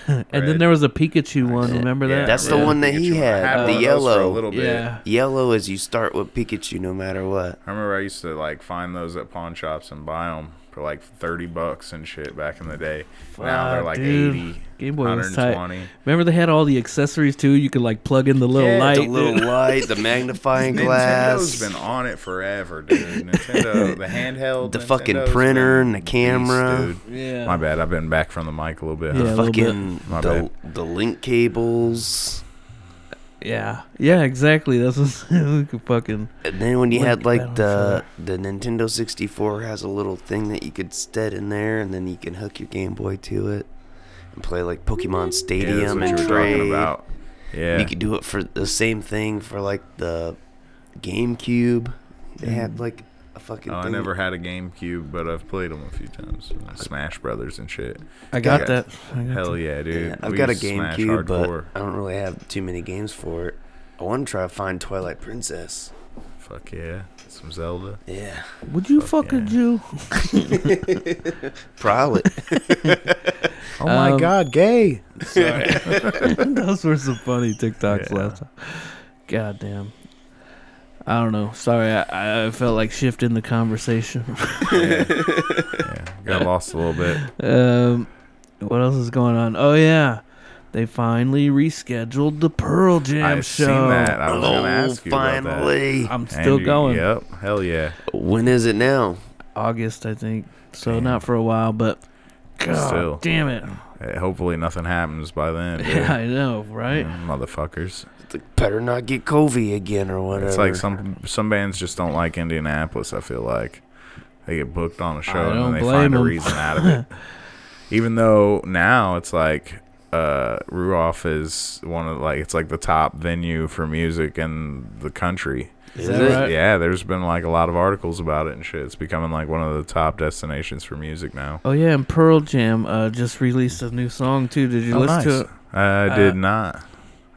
S3: And
S1: Red.
S3: then there was a Pikachu one,
S2: Yeah,
S3: remember
S1: Yeah,
S3: that?
S2: That's the
S1: red
S2: one that he
S1: Pikachu. I
S2: had,
S1: one
S2: the
S1: of those For a
S2: yellow.
S1: little bit.
S3: Yeah.
S2: Yellow is you start with Pikachu no matter what.
S1: I remember I used to like find those at pawn shops and buy them for like thirty bucks and shit back in the day. now they're
S3: Fuck,
S1: like
S3: dude.
S1: eighty.
S3: Game Boy was tight.
S1: 120.
S3: Remember they had all the accessories too. You could like plug in the little
S1: Yeah, the
S3: light.
S2: The
S3: dude. *laughs*
S2: little light, the magnifying
S1: Nintendo's
S2: glass,
S1: been on it forever, dude.
S2: *laughs*
S1: Nintendo, the handheld,
S2: the fucking
S1: Nintendo's
S2: printer,
S1: been
S2: and the camera.
S1: beast, dude.
S3: yeah.
S1: My bad, I've been back from the mic a little bit.
S3: Yeah.
S1: huh?
S3: a little bit.
S2: fucking
S1: My
S2: the, the link cables.
S3: Yeah. Yeah, exactly. That's what *laughs* we could fucking
S2: And then when you
S3: Link
S2: had like the
S3: Battle
S2: the Nintendo 64 has a little thing that you could set in there, and then you can hook your Game Boy to it and play like Pokemon
S1: Yeah, that's
S2: Stadium
S1: what you
S2: and
S1: were
S2: trade.
S1: talking about. Yeah.
S2: You could do it for the same thing for like the GameCube. They had like a fucking.
S1: Oh, I
S2: thing.
S1: never had a GameCube, but I've played them a few times. Smash Brothers and shit.
S3: I got
S1: Yeah.
S3: that. I got
S1: Hell yeah, dude.
S2: Yeah, I've
S1: We
S2: got a
S1: used to smash
S2: GameCube, but
S1: hardcore.
S2: I don't really have too many games for it. I want to try to find Twilight Princess.
S1: Fuck yeah. Some Zelda.
S2: Yeah,
S3: that. Would you
S1: Fuck
S3: fuck a
S1: yeah. *laughs*
S3: Jew? *laughs*
S2: probably.
S1: Oh
S3: my Um,
S1: god, gay.
S3: Those were some funny TikToks
S1: Yeah.
S3: last time. God damn. I don't know. Sorry, I, I felt like shifting the conversation. *laughs*
S1: Yeah. Yeah, Got lost a little bit.
S3: um, what else is going on? Oh yeah, they finally rescheduled the Pearl Jam
S1: I've
S3: show.
S1: seen that. I was
S2: oh,
S1: gonna ask you about that.
S2: finally!
S3: I'm
S1: And
S3: still
S1: you-
S3: going.
S1: Yep. Hell yeah.
S2: When is it now?
S3: August, I think. So
S1: Damn.
S3: not for a while, but God
S1: Still.
S3: damn it!
S1: Hey, Uh, Hopefully nothing happens by then. dude.
S3: *laughs* Yeah, I know, right?
S1: Mm, Motherfuckers.
S2: It's like, better not get Covey again or whatever.
S1: It's like some some bands just don't like Indianapolis. I feel like they get booked on a show and
S3: don't
S1: then they
S3: blame
S1: find a
S3: 'em.
S1: reason out of
S3: *laughs*
S1: it. Even though now it's like uh, Ruoff is one of like it's like the top venue for music in the country.
S2: Is
S3: that
S2: it?
S3: right?
S1: Yeah, there's been like a lot of articles about it and shit. It's becoming like one of the top destinations for music now.
S3: Oh yeah, and Pearl Jam uh, just released a new song too. Did you
S1: Oh,
S3: listen to
S1: nice.
S3: it?
S1: I did
S3: Uh,
S1: not.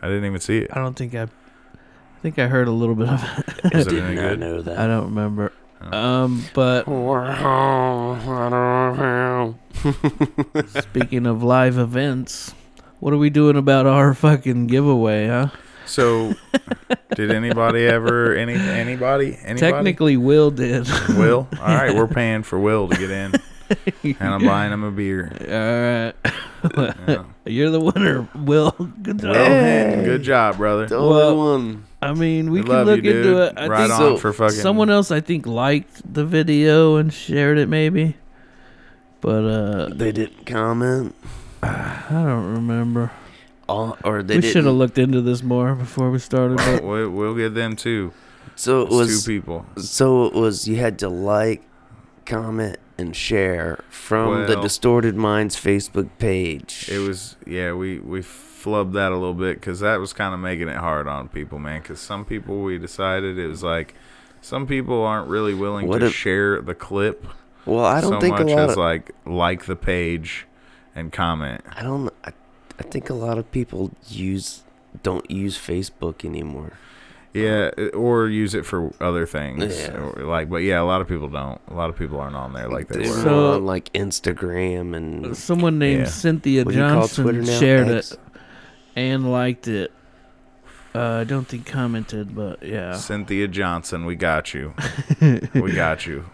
S1: I didn't even
S3: *laughs*
S1: see it.
S3: I don't think I. I think I heard a little bit of it.
S1: Is it
S2: Did
S1: any
S2: not
S1: good?
S2: know that.
S3: I don't remember.
S1: Oh.
S3: Um, but
S2: *laughs*
S3: speaking of live events, what are we doing about our fucking giveaway, huh?
S1: So, did anybody ever any anybody anybody?
S3: Technically,
S1: *laughs*
S3: Will did.
S1: Will. All right, we're paying for Will to get in,
S3: *laughs*
S1: and I'm buying him a beer.
S3: All right,
S1: Yeah.
S3: you're the winner, Will. Good job.
S1: Will Hinton, good job, brother.
S2: The
S3: Well,
S2: only one.
S3: I mean, we
S1: We
S3: can
S1: love
S3: look
S1: you,
S3: into
S1: dude.
S3: it. I
S1: right
S3: think
S1: on
S2: so.
S1: for fucking
S3: someone else I think liked the video and shared it maybe. But uh
S2: They didn't comment.
S3: I don't remember.
S2: All, or they
S3: we should have
S2: didn't.
S3: looked into this more before we started. But
S1: We, we'll get them too.
S2: So it
S1: It's
S2: was.
S1: two people.
S2: So it was. You had to like, comment, and share from the
S1: Well-
S2: Distorted Minds Facebook page.
S1: It was yeah. We we flubbed that a little bit because that was kind of making it hard on people, man. Because some people we decided it was like some people aren't really willing
S2: What
S1: to
S2: if-
S1: share the clip
S2: well, I don't
S1: so
S2: think a
S1: much
S2: lot.
S1: as
S2: Of,
S1: like like the page and comment.
S2: I don't. I, I think a lot of people use don't use Facebook anymore.
S1: Yeah, i- or use it for other things.
S2: Yeah.
S1: Or, like, but yeah, a lot of people don't. A lot of people aren't on there like they
S2: They're
S1: were.
S3: So-
S2: more on like Instagram *laughs* and
S3: Someone named
S1: Yeah.
S3: Cynthia
S2: what do you call Twitter
S3: Johnson
S2: now?
S3: shared
S2: X?
S3: it and liked it. Uh, I don't think commented, but yeah.
S1: Cynthia Johnson, we got
S2: *laughs*
S1: you. we got you.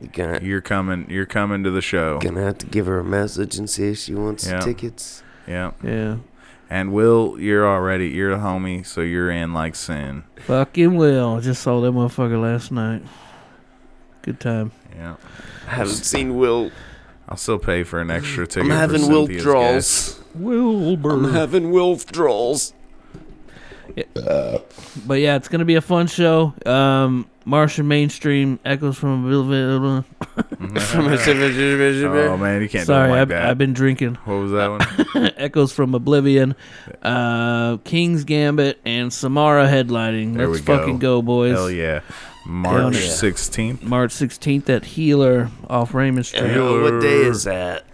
S2: You gonna,
S1: You're coming. You're coming to the show.
S2: gonna have to give her a message and see if she wants
S1: Yeah.
S2: tickets.
S1: Yeah.
S3: Yeah.
S1: And Will, you're already you're a homie, so you're in like sin.
S3: Fucking will. Just saw that motherfucker last night. Good time.
S1: Yeah.
S2: I haven't seen Will.
S1: I'll still pay for an extra ticket.
S2: I'm
S1: for
S2: having
S1: Cynthia's guest.
S2: withdrawals. I'm
S3: Wilbur.
S2: having withdrawals.
S3: But yeah, it's gonna be a fun show. Um, Martian mainstream echoes from a blah, blah, blah.
S2: *laughs*
S1: oh
S2: oh,
S1: man, you can't
S3: Sorry,
S1: do it like
S3: I've,
S1: that.
S3: I've been drinking. *laughs*
S1: what was that one?
S3: echoes from Oblivion, uh, King's Gambit, and Samara headlining.
S1: There
S3: Let's
S1: we go.
S3: fucking go, boys.
S1: Hell yeah. March
S3: yeah.
S1: sixteenth.
S3: March 16th at Healer off Raymond Street.
S1: Yeah.
S2: Uh, what day is that?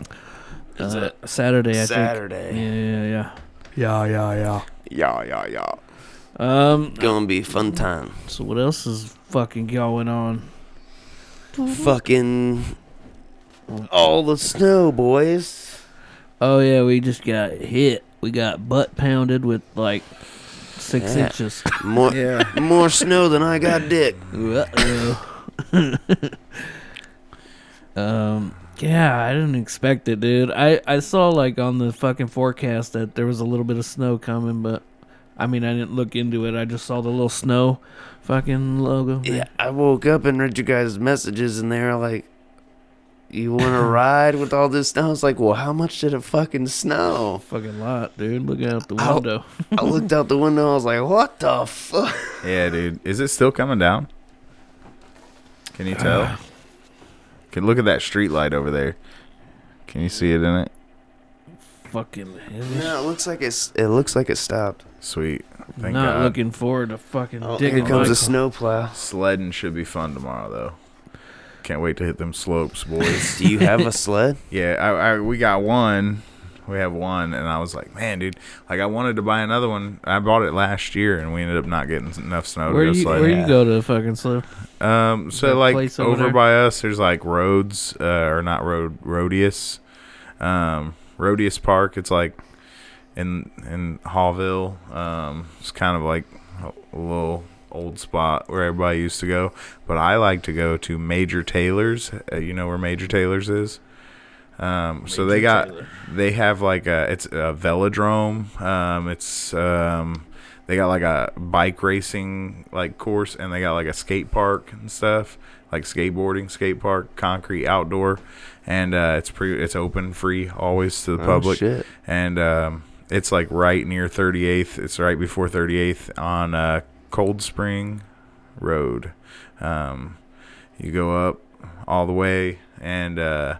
S2: Is
S3: Uh,
S2: it
S3: Saturday, I think.
S2: Saturday?
S3: Yeah, yeah,
S5: Yeah, yeah, yeah.
S2: Yeah, yeah, yeah.
S3: yeah. Um,
S2: Gonna be fun time.
S3: so what else is fucking going on?
S2: Fucking all the snow, boys.
S3: Oh yeah, we just got hit. We got butt pounded with like six
S2: Yeah.
S3: inches. *laughs*
S2: More,
S1: Yeah.
S2: more snow than I got dick.
S3: Uh-oh. *laughs* um. Yeah, I didn't expect it, dude. I I saw like on the fucking forecast that there was a little bit of snow coming, but I mean I didn't look into it. I just saw the little snow fucking logo.
S2: Yeah, I woke up and read you guys' messages, and they were like, "You want *laughs* to ride with all this snow?" I was like, "Well, how much did it fucking snow?"
S3: Fucking lot, dude. Look out the
S2: Ow.
S3: window.
S2: I looked out the window. I was like, "What the fuck?"
S1: Yeah, dude. Is it still coming down? Can you
S3: Uh,
S1: tell? Can look at that street light over there. Can you see it in it?
S3: Fucking hell.
S2: No, it looks like it's. It looks like it stopped.
S1: Sweet.
S3: Not
S1: Thank God.
S3: looking forward to fucking
S2: Oh,
S3: digging
S2: here comes
S3: Michael.
S2: a snowplow.
S1: Sledding should be fun tomorrow though. Can't wait to hit them slopes, boys.
S3: *laughs*
S2: *laughs* Do you have a sled? *laughs*
S1: Yeah, I, I we got one. We have one, and I was like, man, dude, like I wanted to buy another one. I bought it last year, and we ended up not getting enough snow
S3: Where
S1: to go
S3: you
S1: sledding.
S3: where you go to the fucking slope?
S1: Um,
S3: That
S1: so like
S3: place over
S1: over
S3: there?
S1: by us, there's like roads, uh, or not road, Rhodius, um, Rhodius Park. It's like in in Hallville. Um, it's kind of like a little old spot where everybody used to go, but I like to go to Major Taylor's. Uh, you know where Major Taylor's is. Um, so they got they have like a it's a velodrome. Um, it's um, they got like a bike racing like course, and they got like a skate park and stuff, like skateboarding, skate park, concrete, outdoor, and uh, it's pre it's open, free, always to the public,
S2: Oh, shit.
S1: and um, it's like right near 38th. It's right before 38th on uh, Cold Spring Road. Um, you go up all the way and. Uh,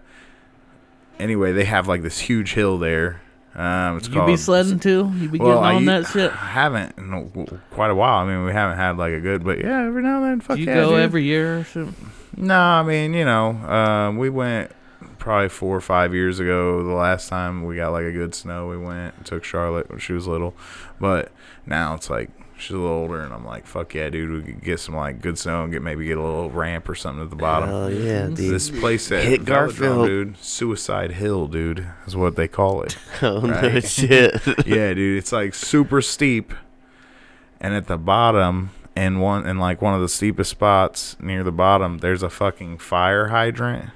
S1: anyway, they have like this huge hill there. Um, it's
S3: You
S1: called.
S3: be sledding too? You be getting
S1: I
S3: on
S1: u-
S3: that shit?
S1: *sighs* I haven't in a w- quite a while. I mean, we haven't had like a good, but yeah, every now and then, *sighs* fuck
S3: Do you
S1: yeah,
S3: go
S1: dude.
S3: every year or something?
S1: No, I mean, you know, um, we went probably four or five years ago. The last time we got like a good snow, we went took Charlotte when she was little, but now it's like she's a little older, and I'm like, fuck yeah, dude, we could get some like good snow and get maybe get a little ramp or something at the bottom.
S2: Hell yeah, dude.
S1: This place at
S2: Hit
S1: Velodrome,
S2: Garfield.
S1: dude. Suicide Hill, dude, is what they call it.
S2: *laughs* oh no,
S1: Right.
S2: *laughs* shit.
S1: yeah, dude, it's like super steep, and at the bottom, and one, and like one of the steepest spots near the bottom, there's a fucking fire hydrant.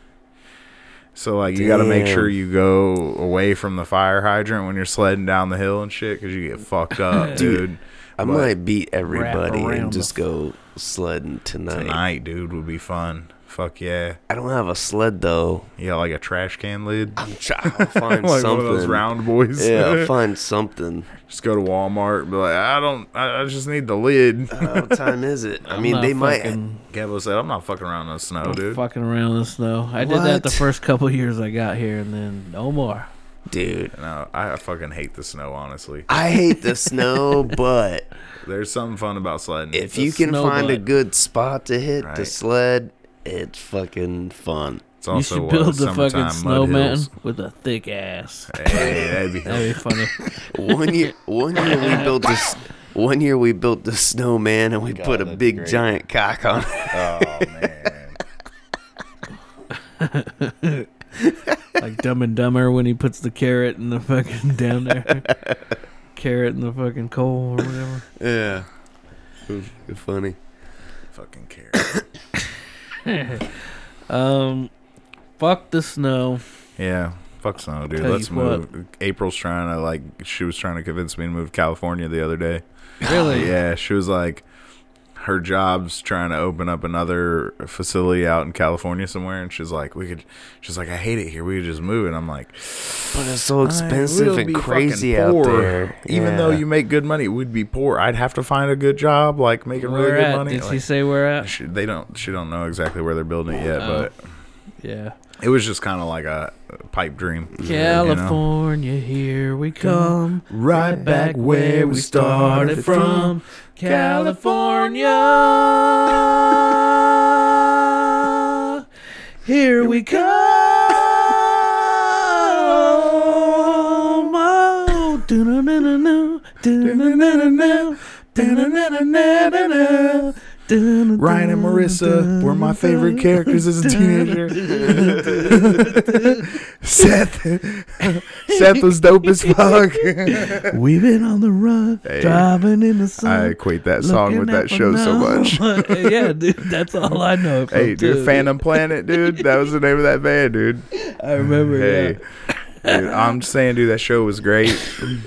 S1: So like you got to make
S2: Damn.
S1: sure you go away from the fire hydrant when you're sledding down the hill and shit, because you get fucked
S2: *laughs*
S1: up, dude.
S2: I
S1: But
S2: might beat everybody
S3: around
S2: and
S3: the
S2: just go sledding tonight.
S1: Tonight, dude, would be fun. Fuck yeah.
S2: I don't have a sled though.
S1: Yeah, like a trash can
S2: *laughs*
S1: lid. *laughs*
S2: I'm trying to find
S1: like
S2: something.
S1: one of those round boys. *laughs*
S2: yeah, *laughs* I'll find something.
S1: just go to Walmart and be like, I don't, I, I just need the lid.
S2: Uh, what time is it? I
S3: I'm
S2: mean,
S3: not
S2: they might.
S3: fucking,
S1: Gabo said, I'm not fucking around in the snow,
S3: I'm
S1: Oh, dude.
S3: fucking around this snow. I did that the
S2: What?
S3: first couple years I got here, and then no more.
S2: Dude,
S1: No, I fucking hate the snow, honestly.
S2: I hate the
S1: *laughs*
S2: snow, but
S1: There's something fun about sledding.
S2: if
S3: The
S2: you can
S3: snow
S2: find a
S3: butt.
S2: good spot to hit the
S1: Right.
S2: sled, it's fucking fun.
S1: it's also
S3: you should
S1: what
S3: build the
S1: summertime
S3: fucking
S1: mud
S3: snowman
S1: hills.
S3: with a thick ass.
S1: *laughs* Hey, that'd
S3: *laughs*
S1: be-
S3: That'd be funny.
S2: One year, one year
S1: *laughs*
S2: we built this. One year we built the snowman and we
S1: God,
S2: put a
S1: that's
S2: big
S1: great.
S2: giant cock on
S1: *laughs*
S2: it.
S1: oh man.
S3: like Dumb and Dumber when he puts the carrot in the fucking *laughs*
S1: *laughs*
S3: down there. carrot in the fucking coal or whatever.
S2: Yeah, It was funny.
S1: fucking care.
S3: Um, fuck the snow.
S1: Yeah. Fuck snow, dude.
S3: Tell you
S1: Let's move. April's trying to like. She was trying to convince me to move to California the other day.
S3: Really?
S1: Yeah, she was like, her job's trying to open up another facility out in California somewhere, and she's like, we could. She's like, I hate it here. We could just move. And I'm like,
S2: But it's so
S1: I
S2: expensive
S1: will
S2: and
S1: be
S2: crazy
S1: fucking
S2: out
S1: poor.
S2: there.
S1: Even
S2: Yeah.
S1: though
S2: *laughs*
S1: you make good money, we'd be poor. I'd have to find a good job, like making
S3: Where
S1: really good
S3: at?
S1: money.
S3: Did she
S1: Like,
S3: say where at?
S1: she, they don't. She don't know exactly where they're building it yet,
S3: Oh.
S1: but
S3: Yeah.
S1: it was just kind of like a a pipe dream.
S3: California, here we come. Right back where we started from. California. Here we come. Oh, doo-na-na-na-na, doo-na-na-na-na, doo-na-na-na-na-na, doo-na-na-na-na.
S1: Ryan and Marissa were my favorite characters as a teenager. Seth, Seth was dope as
S3: *laughs*
S1: fuck.
S3: *laughs* We've been on the run,
S1: Hey,
S3: driving in the sun.
S1: I equate that song with
S3: Looking
S1: that
S3: out
S1: show
S3: for
S1: so
S3: no
S1: much.
S3: one. *laughs* yeah, dude, that's all I know. From
S1: Hey, dude,
S3: too.
S1: Phantom Planet, dude. That was the name of that band,
S3: *laughs*
S1: dude.
S3: I remember.
S1: Hey, dude, I'm just saying, dude, that show was great. The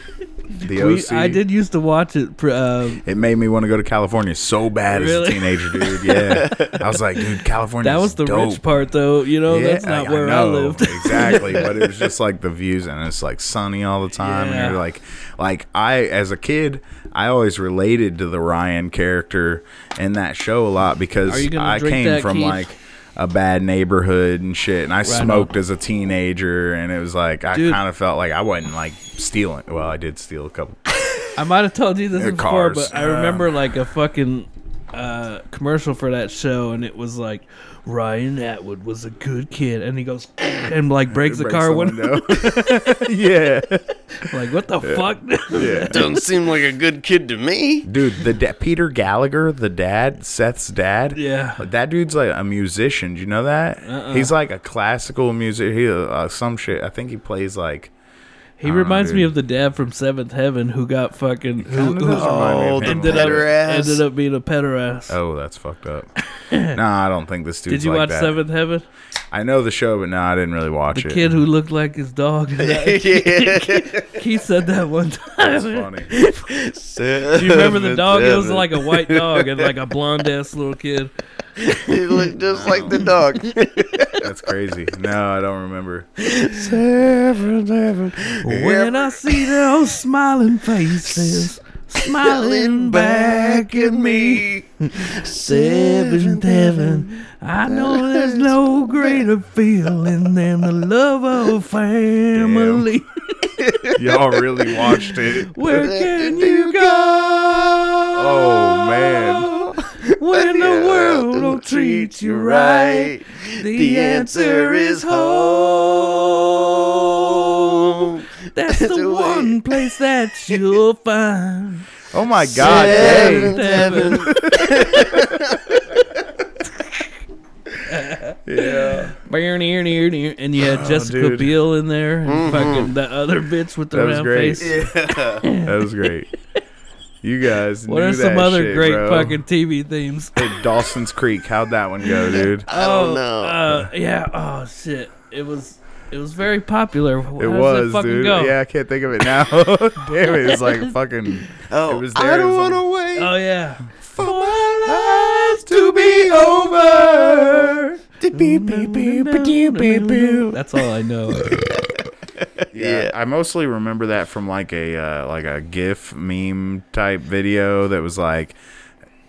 S3: yeah. We,
S1: OC.
S3: I did used to watch it. pr- Um,
S1: It made me want to go to California so bad as
S3: Really?
S1: a teenager, dude.
S3: *laughs*
S1: Yeah, I was like, dude, California.
S3: that was the
S1: dope.
S3: rich part, though. You know,
S1: Yeah,
S3: Oh, that's not where I,
S1: know.
S3: lived. *laughs*
S1: exactly, but it was just like the views, and it's like sunny all the time,
S3: Yeah.
S1: and you're like, like I as a kid, I always related to the Ryan character in that show a lot
S3: Are
S1: because
S3: you gonna
S1: I
S3: drink
S1: came
S3: that,
S1: from
S3: Keith?
S1: like a bad neighborhood and shit, and I smoked as a teenager, and it was like I
S3: Dude.
S1: kind of felt like I wasn't like stealing. Well, I did steal a couple.
S3: I might have told you this
S1: Your
S3: before,
S1: cars. uh.
S3: but I remember like a fucking uh, commercial for that show, and it was like Ryan Atwood was a good kid, and he goes *laughs* and
S1: *laughs*
S3: like breaks the
S1: breaks
S3: car
S1: the
S3: window. *laughs*
S1: window. *laughs* yeah.
S3: like, what the fuck?
S1: *laughs*
S3: *laughs*
S1: Yeah.
S2: Doesn't seem like a good kid to me.
S1: dude the da- peter gallagher the dad seth's dad
S3: Yeah. Uh-uh.
S1: that dude's like a musician do you know that he's like a classical music he uh, some shit i think he plays like
S3: He
S1: don't know,
S3: reminds me
S1: dude.
S3: of the dad from Seventh Heaven who got fucking who,
S1: Kinda
S3: who
S1: does remind me of
S2: Oh,
S1: him a
S2: the
S1: little
S2: better
S1: bit.
S2: ass.
S3: *laughs* ended up being a pederast.
S1: oh that's fucked
S3: *coughs*
S1: up nah i don't think this dude's
S3: Did you
S1: like
S3: watch
S1: that.
S3: Seventh Heaven?
S1: i know the show but no nah, i didn't really watch
S3: The
S1: it
S3: kid who looked like his
S1: *laughs*
S3: dog. *laughs*
S2: *laughs*
S3: he said that one time.
S1: that's funny
S3: Do *laughs* you remember the dog? It was like a white dog and *laughs* like a blonde ass little kid.
S2: It looked just like the
S1: *laughs*
S2: dog.
S1: that's crazy no i don't remember
S3: When I see those smiling faces smiling back at me, Seventh Heaven, I know there's no greater feeling than the love of family.
S1: y'all really watched it
S3: Where can you go?
S1: oh man
S3: *laughs* When the world don't treat you right, the answer is home.
S1: *laughs*
S3: That's the one place that you'll find.
S1: oh my god hey.
S3: Seventh Heaven.
S2: *laughs*
S1: yeah
S3: And you had Jessica
S1: Oh, dude. Mm-hmm.
S3: Biel in there, and fucking the other bitch with the
S1: That was
S3: round
S1: great.
S3: face.
S1: That was great. You guys.
S3: What
S1: knew
S3: are some
S1: that
S3: other
S1: shit,
S3: great
S1: bro.
S3: fucking TV themes?
S1: Hey, Dawson's Creek? How'd that one go, dude?
S2: I don't know.
S3: Uh, yeah. Oh shit. It was. It was very popular. How
S1: It
S3: does that
S1: was,
S3: fucking
S1: dude.
S3: Go?
S1: Yeah, I can't think of it now. *laughs* Damn it, it's
S3: *laughs*
S1: like fucking.
S2: oh,
S1: it was there,
S2: I
S1: it
S2: don't
S1: was
S2: want
S1: on-
S2: to wait
S3: Oh yeah.
S1: For my life to be over.
S3: That's all I know.
S1: Yeah,
S2: Yeah.
S1: I mostly remember that from like a uh, like a GIF meme type video that was like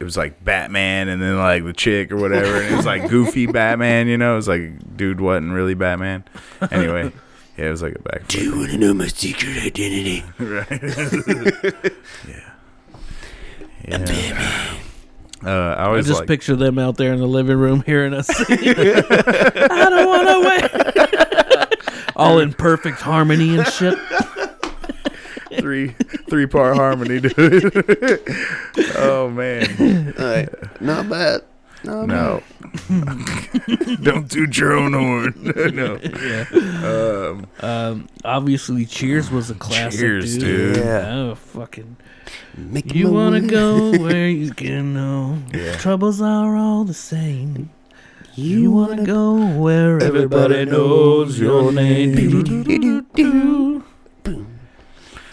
S1: it was like Batman and then like the chick or whatever, and it was like goofy Batman, you know? It was like dude wasn't really Batman. Anyway, yeah, it was like a back.
S2: Do you want to know my secret identity?
S1: *laughs* Yeah. Uh, I
S3: I
S1: always
S3: just
S1: like,
S3: picture them out there in the living room
S1: *laughs*
S3: hearing us. sing. I don't want to wait.
S1: *laughs*
S3: All in perfect harmony and shit.
S1: three three part harmony, dude. *laughs* oh man,
S2: Like, not bad.
S3: Oh,
S2: Not
S1: no, *laughs* don't toot your own horn. *laughs* no, um,
S3: Um, obviously, Cheers was a classic.
S1: Cheers,
S3: dude.
S1: dude.
S2: Yeah.
S3: Oh fucking!
S2: bad. Make
S3: You *laughs*
S2: my
S3: wanna
S2: way. *laughs*
S3: go where you can know
S1: Yeah.
S3: troubles are all the same. You, wanna go where
S2: Everybody
S3: everybody knows your *laughs* name.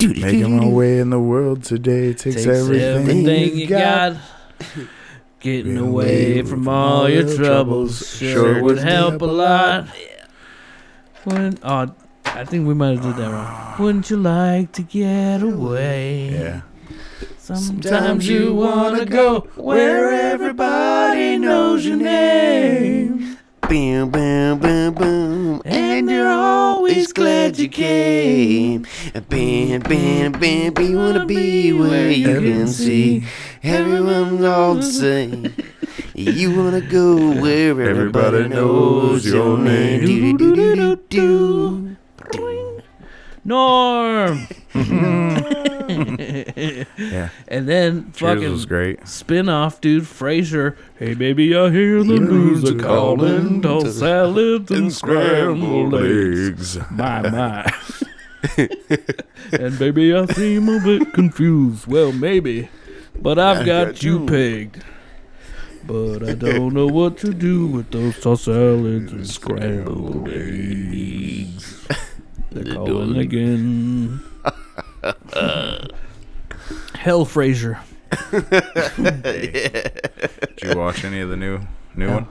S1: making my way in the world today takes,
S3: takes
S1: everything,
S3: everything, you got. Getting
S1: Getting
S3: away
S1: away
S3: from all your troubles sure would help a lot. Wouldn't, oh, I think we might have did that wrong. Wouldn't you like to get away?
S1: Yeah.
S3: Sometimes you wanna go where everybody knows your name,
S2: Boom, boom, boom, boom.
S3: and you're always glad you came.
S2: Bam, bam, bam. You wanna be where you can see everyone's all the same. You wanna go where everybody,
S1: Everybody
S2: knows
S1: knows
S2: your
S1: your
S2: name. Do, do, do, do, do.
S3: *laughs* Norm.
S1: Yeah.
S3: And then
S1: Mm. Cheers was
S3: fucking
S1: great.
S3: spin off, dude. Fraser. Hey, baby, I hear the news are calling. Toss salads and scrambled eggs. My, my. *laughs* and baby, I seem a bit confused. Well, maybe. But I've got you pegged. But I don't know what to do with those tossed salads and scrambled *laughs* eggs. They're calling again. Hell, Fraser.
S1: Did you watch any of the new new one?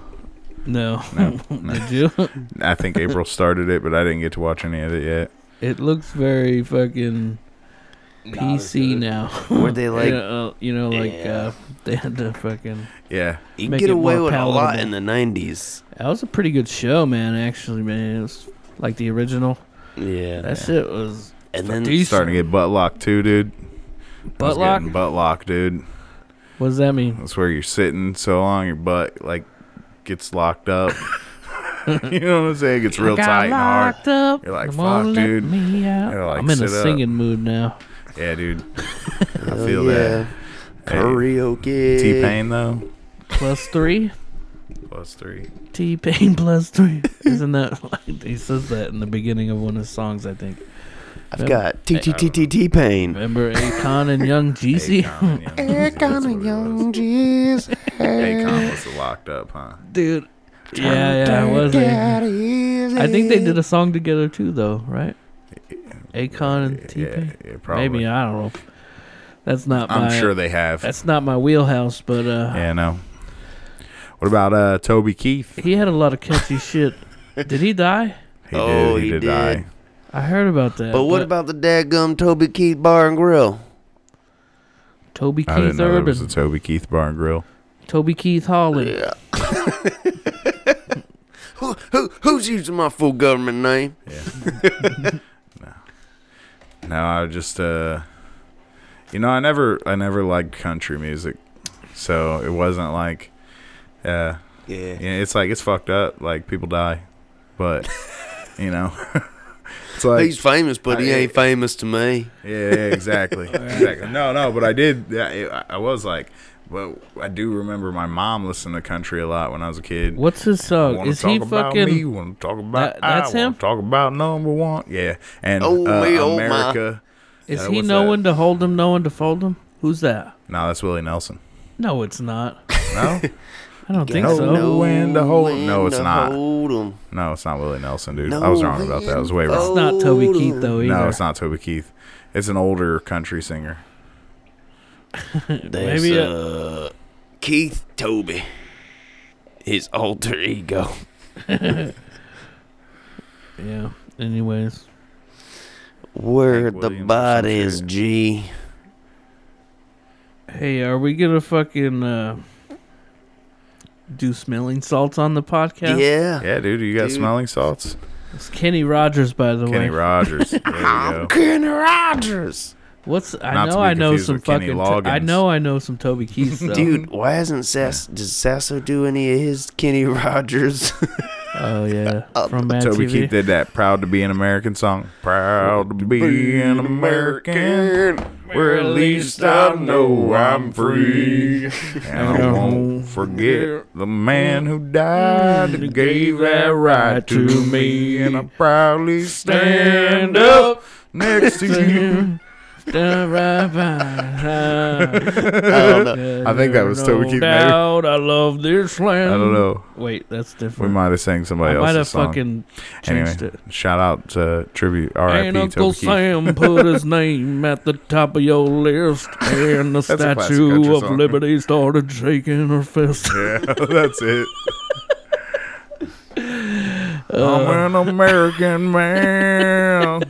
S3: No.
S1: No, no.
S3: Did *laughs* you?
S1: I think April started it, but I didn't get to watch any of it yet.
S3: It looks very fucking
S2: *laughs*
S3: PC now. *laughs*
S2: Where they like,
S3: you know, uh, you know, like
S2: Yeah.
S3: uh, they had to fucking.
S1: Yeah.
S2: you
S3: make
S2: get
S3: it more
S2: away with a lot in
S3: palatable.
S2: the 90s.
S3: That was a pretty good show, man. Actually, man, it was like the original.
S2: Yeah.
S3: That shit was
S2: and then
S3: decent.
S1: Starting to get butt locked too, dude. I was
S3: butt lock.
S1: getting Butt lock, dude.
S3: What does that mean?
S1: That's where you're sitting so long, your butt like gets locked up. *laughs* you know what I'm saying? It gets real
S3: I got
S1: tight and hard.
S3: locked up.
S1: You're like,
S3: Come on,
S1: "Fuck,
S3: let
S1: dude."
S3: me out.
S1: You're like,
S3: I'm in a
S1: "Sit up."
S3: singing mood now.
S1: Yeah, dude. I
S2: Hell
S1: feel that. Hey,
S2: Karaoke.
S1: T Pain though.
S3: Plus three. *laughs*
S1: Plus three.
S3: T Pain
S1: *laughs*
S3: plus three. Isn't that like he says that in the beginning of one of his songs? I think.
S2: I've got T T T T T Pain.
S3: Remember Akon and Young Jeezy?
S1: *laughs* Akon and Young
S2: Jeez.
S1: Akon was the locked up, huh?
S3: dude. Yeah, yeah, it was. Akon. I think they did a song together too, though, right? Akon and T
S1: Yeah,
S3: Pain.
S1: yeah, probably.
S3: Maybe I don't know. That's not
S1: I'm
S3: my.
S1: sure they have.
S3: that's not my wheelhouse, but uh,
S1: Yeah, no. What about uh Toby Keith?
S3: he had a lot
S1: *laughs*
S3: of catchy shit. Did he die?
S1: He
S2: Oh, he did.
S3: I heard about that.
S2: But what about the dadgum Toby Keith Bar and Grill?
S3: Toby
S1: I didn't
S3: Keith
S1: know there was
S3: Urban?
S1: a Toby Keith Bar and Grill.
S3: Toby Keith Holly.
S2: Yeah. *laughs* who, who who's using my full government name?
S1: *laughs* No, I just uh you know, I never I never liked country music. So it wasn't like uh
S2: Yeah.
S1: yeah, it's like it's fucked up, like people die. But you know *laughs* it's like
S2: He's famous, but he
S1: I-
S2: ain't famous to me.
S1: Yeah, yeah, exactly. exactly. No, no, but I did. yeah, I, I was like, well, I do remember my mom listened to country a lot when I was a kid.
S3: What's his song?
S1: Wanna
S3: Is
S1: talk
S3: he
S1: about Me,
S3: fucking?
S1: wanna talk about
S3: That- that's
S1: I,
S3: him?
S1: Wanna talk about number one. Yeah, and
S2: Oh,
S1: uh,
S2: me, oh, my.
S1: America.
S3: Is
S1: Uh,
S3: he
S1: what's
S3: no
S1: that?
S3: one to hold him, no one to fold him? Who's that?
S1: No, that's Willie Nelson.
S3: No, it's not.
S1: No,
S3: I don't think
S1: No,
S3: so.
S1: no. when to hold-
S2: when
S1: No, it's
S2: to
S1: not.
S2: Hold 'em.
S1: no, it's not Willie Nelson, dude. I was
S2: No,
S1: wrong about that. I was
S2: man.
S1: way
S2: Oh,
S1: wrong.
S3: It's not Toby
S2: Hold
S3: Keith
S2: on.
S3: though Oh, either.
S1: No, it's not Toby Keith. It's an older country singer.
S3: *laughs*
S2: There's,
S3: Maybe,
S2: uh, Keith Toby, his alter ego.
S3: *laughs* yeah. Anyways,
S2: Where the
S1: Williams or some
S2: bodies,
S1: shit.
S2: G.
S3: hey, are we gonna fucking uh, do smelling salts on the
S2: Yeah.
S3: podcast?
S1: Yeah, dude, you got
S2: Uh, Dude.
S1: smelling salts?
S3: It's Kenny Rogers, by the
S1: Kenny
S3: way.
S1: Rogers. There you
S3: *laughs*
S2: I'm
S1: go.
S2: Kenny Rogers.
S3: What's I
S1: Not to
S3: know
S1: be
S3: I know
S1: confused
S3: some
S1: with Kenny
S3: fucking to- I
S1: Loggins.
S3: know I know some Toby
S1: *laughs*
S3: Keith stuff.
S2: Dude, why hasn't Sass did Sasso do any of his Kenny Rogers?
S3: Oh yeah, from Mad
S1: Uh, Toby
S3: TV.
S1: Keith did that "Proud to Be an American" song. Proud to *laughs* be an American, where at least I know I'm free, *laughs* and I won't forget the man who died that gave that right to me, and I proudly stand
S3: *laughs*
S1: up next to you. I think that was Toby Keith, maybe.
S3: Doubt I love this
S1: I
S3: land.
S1: don't know.
S3: Wait, that's
S1: We
S3: different.
S1: might have sang somebody
S3: I might have
S1: else's song.
S3: fucking
S1: anyway,
S3: changed it.
S1: shout out to tribute
S3: And
S1: R.I.P.
S3: Uncle
S1: Toby Keith.
S3: Sam put his name at the top of your
S1: *laughs*
S3: list, and the
S1: a classic
S3: Statue
S1: country
S3: of
S1: song.
S3: Liberty started shaking her fist.
S1: *laughs* Yeah, that's it.
S3: Uh.
S1: I'm an American man.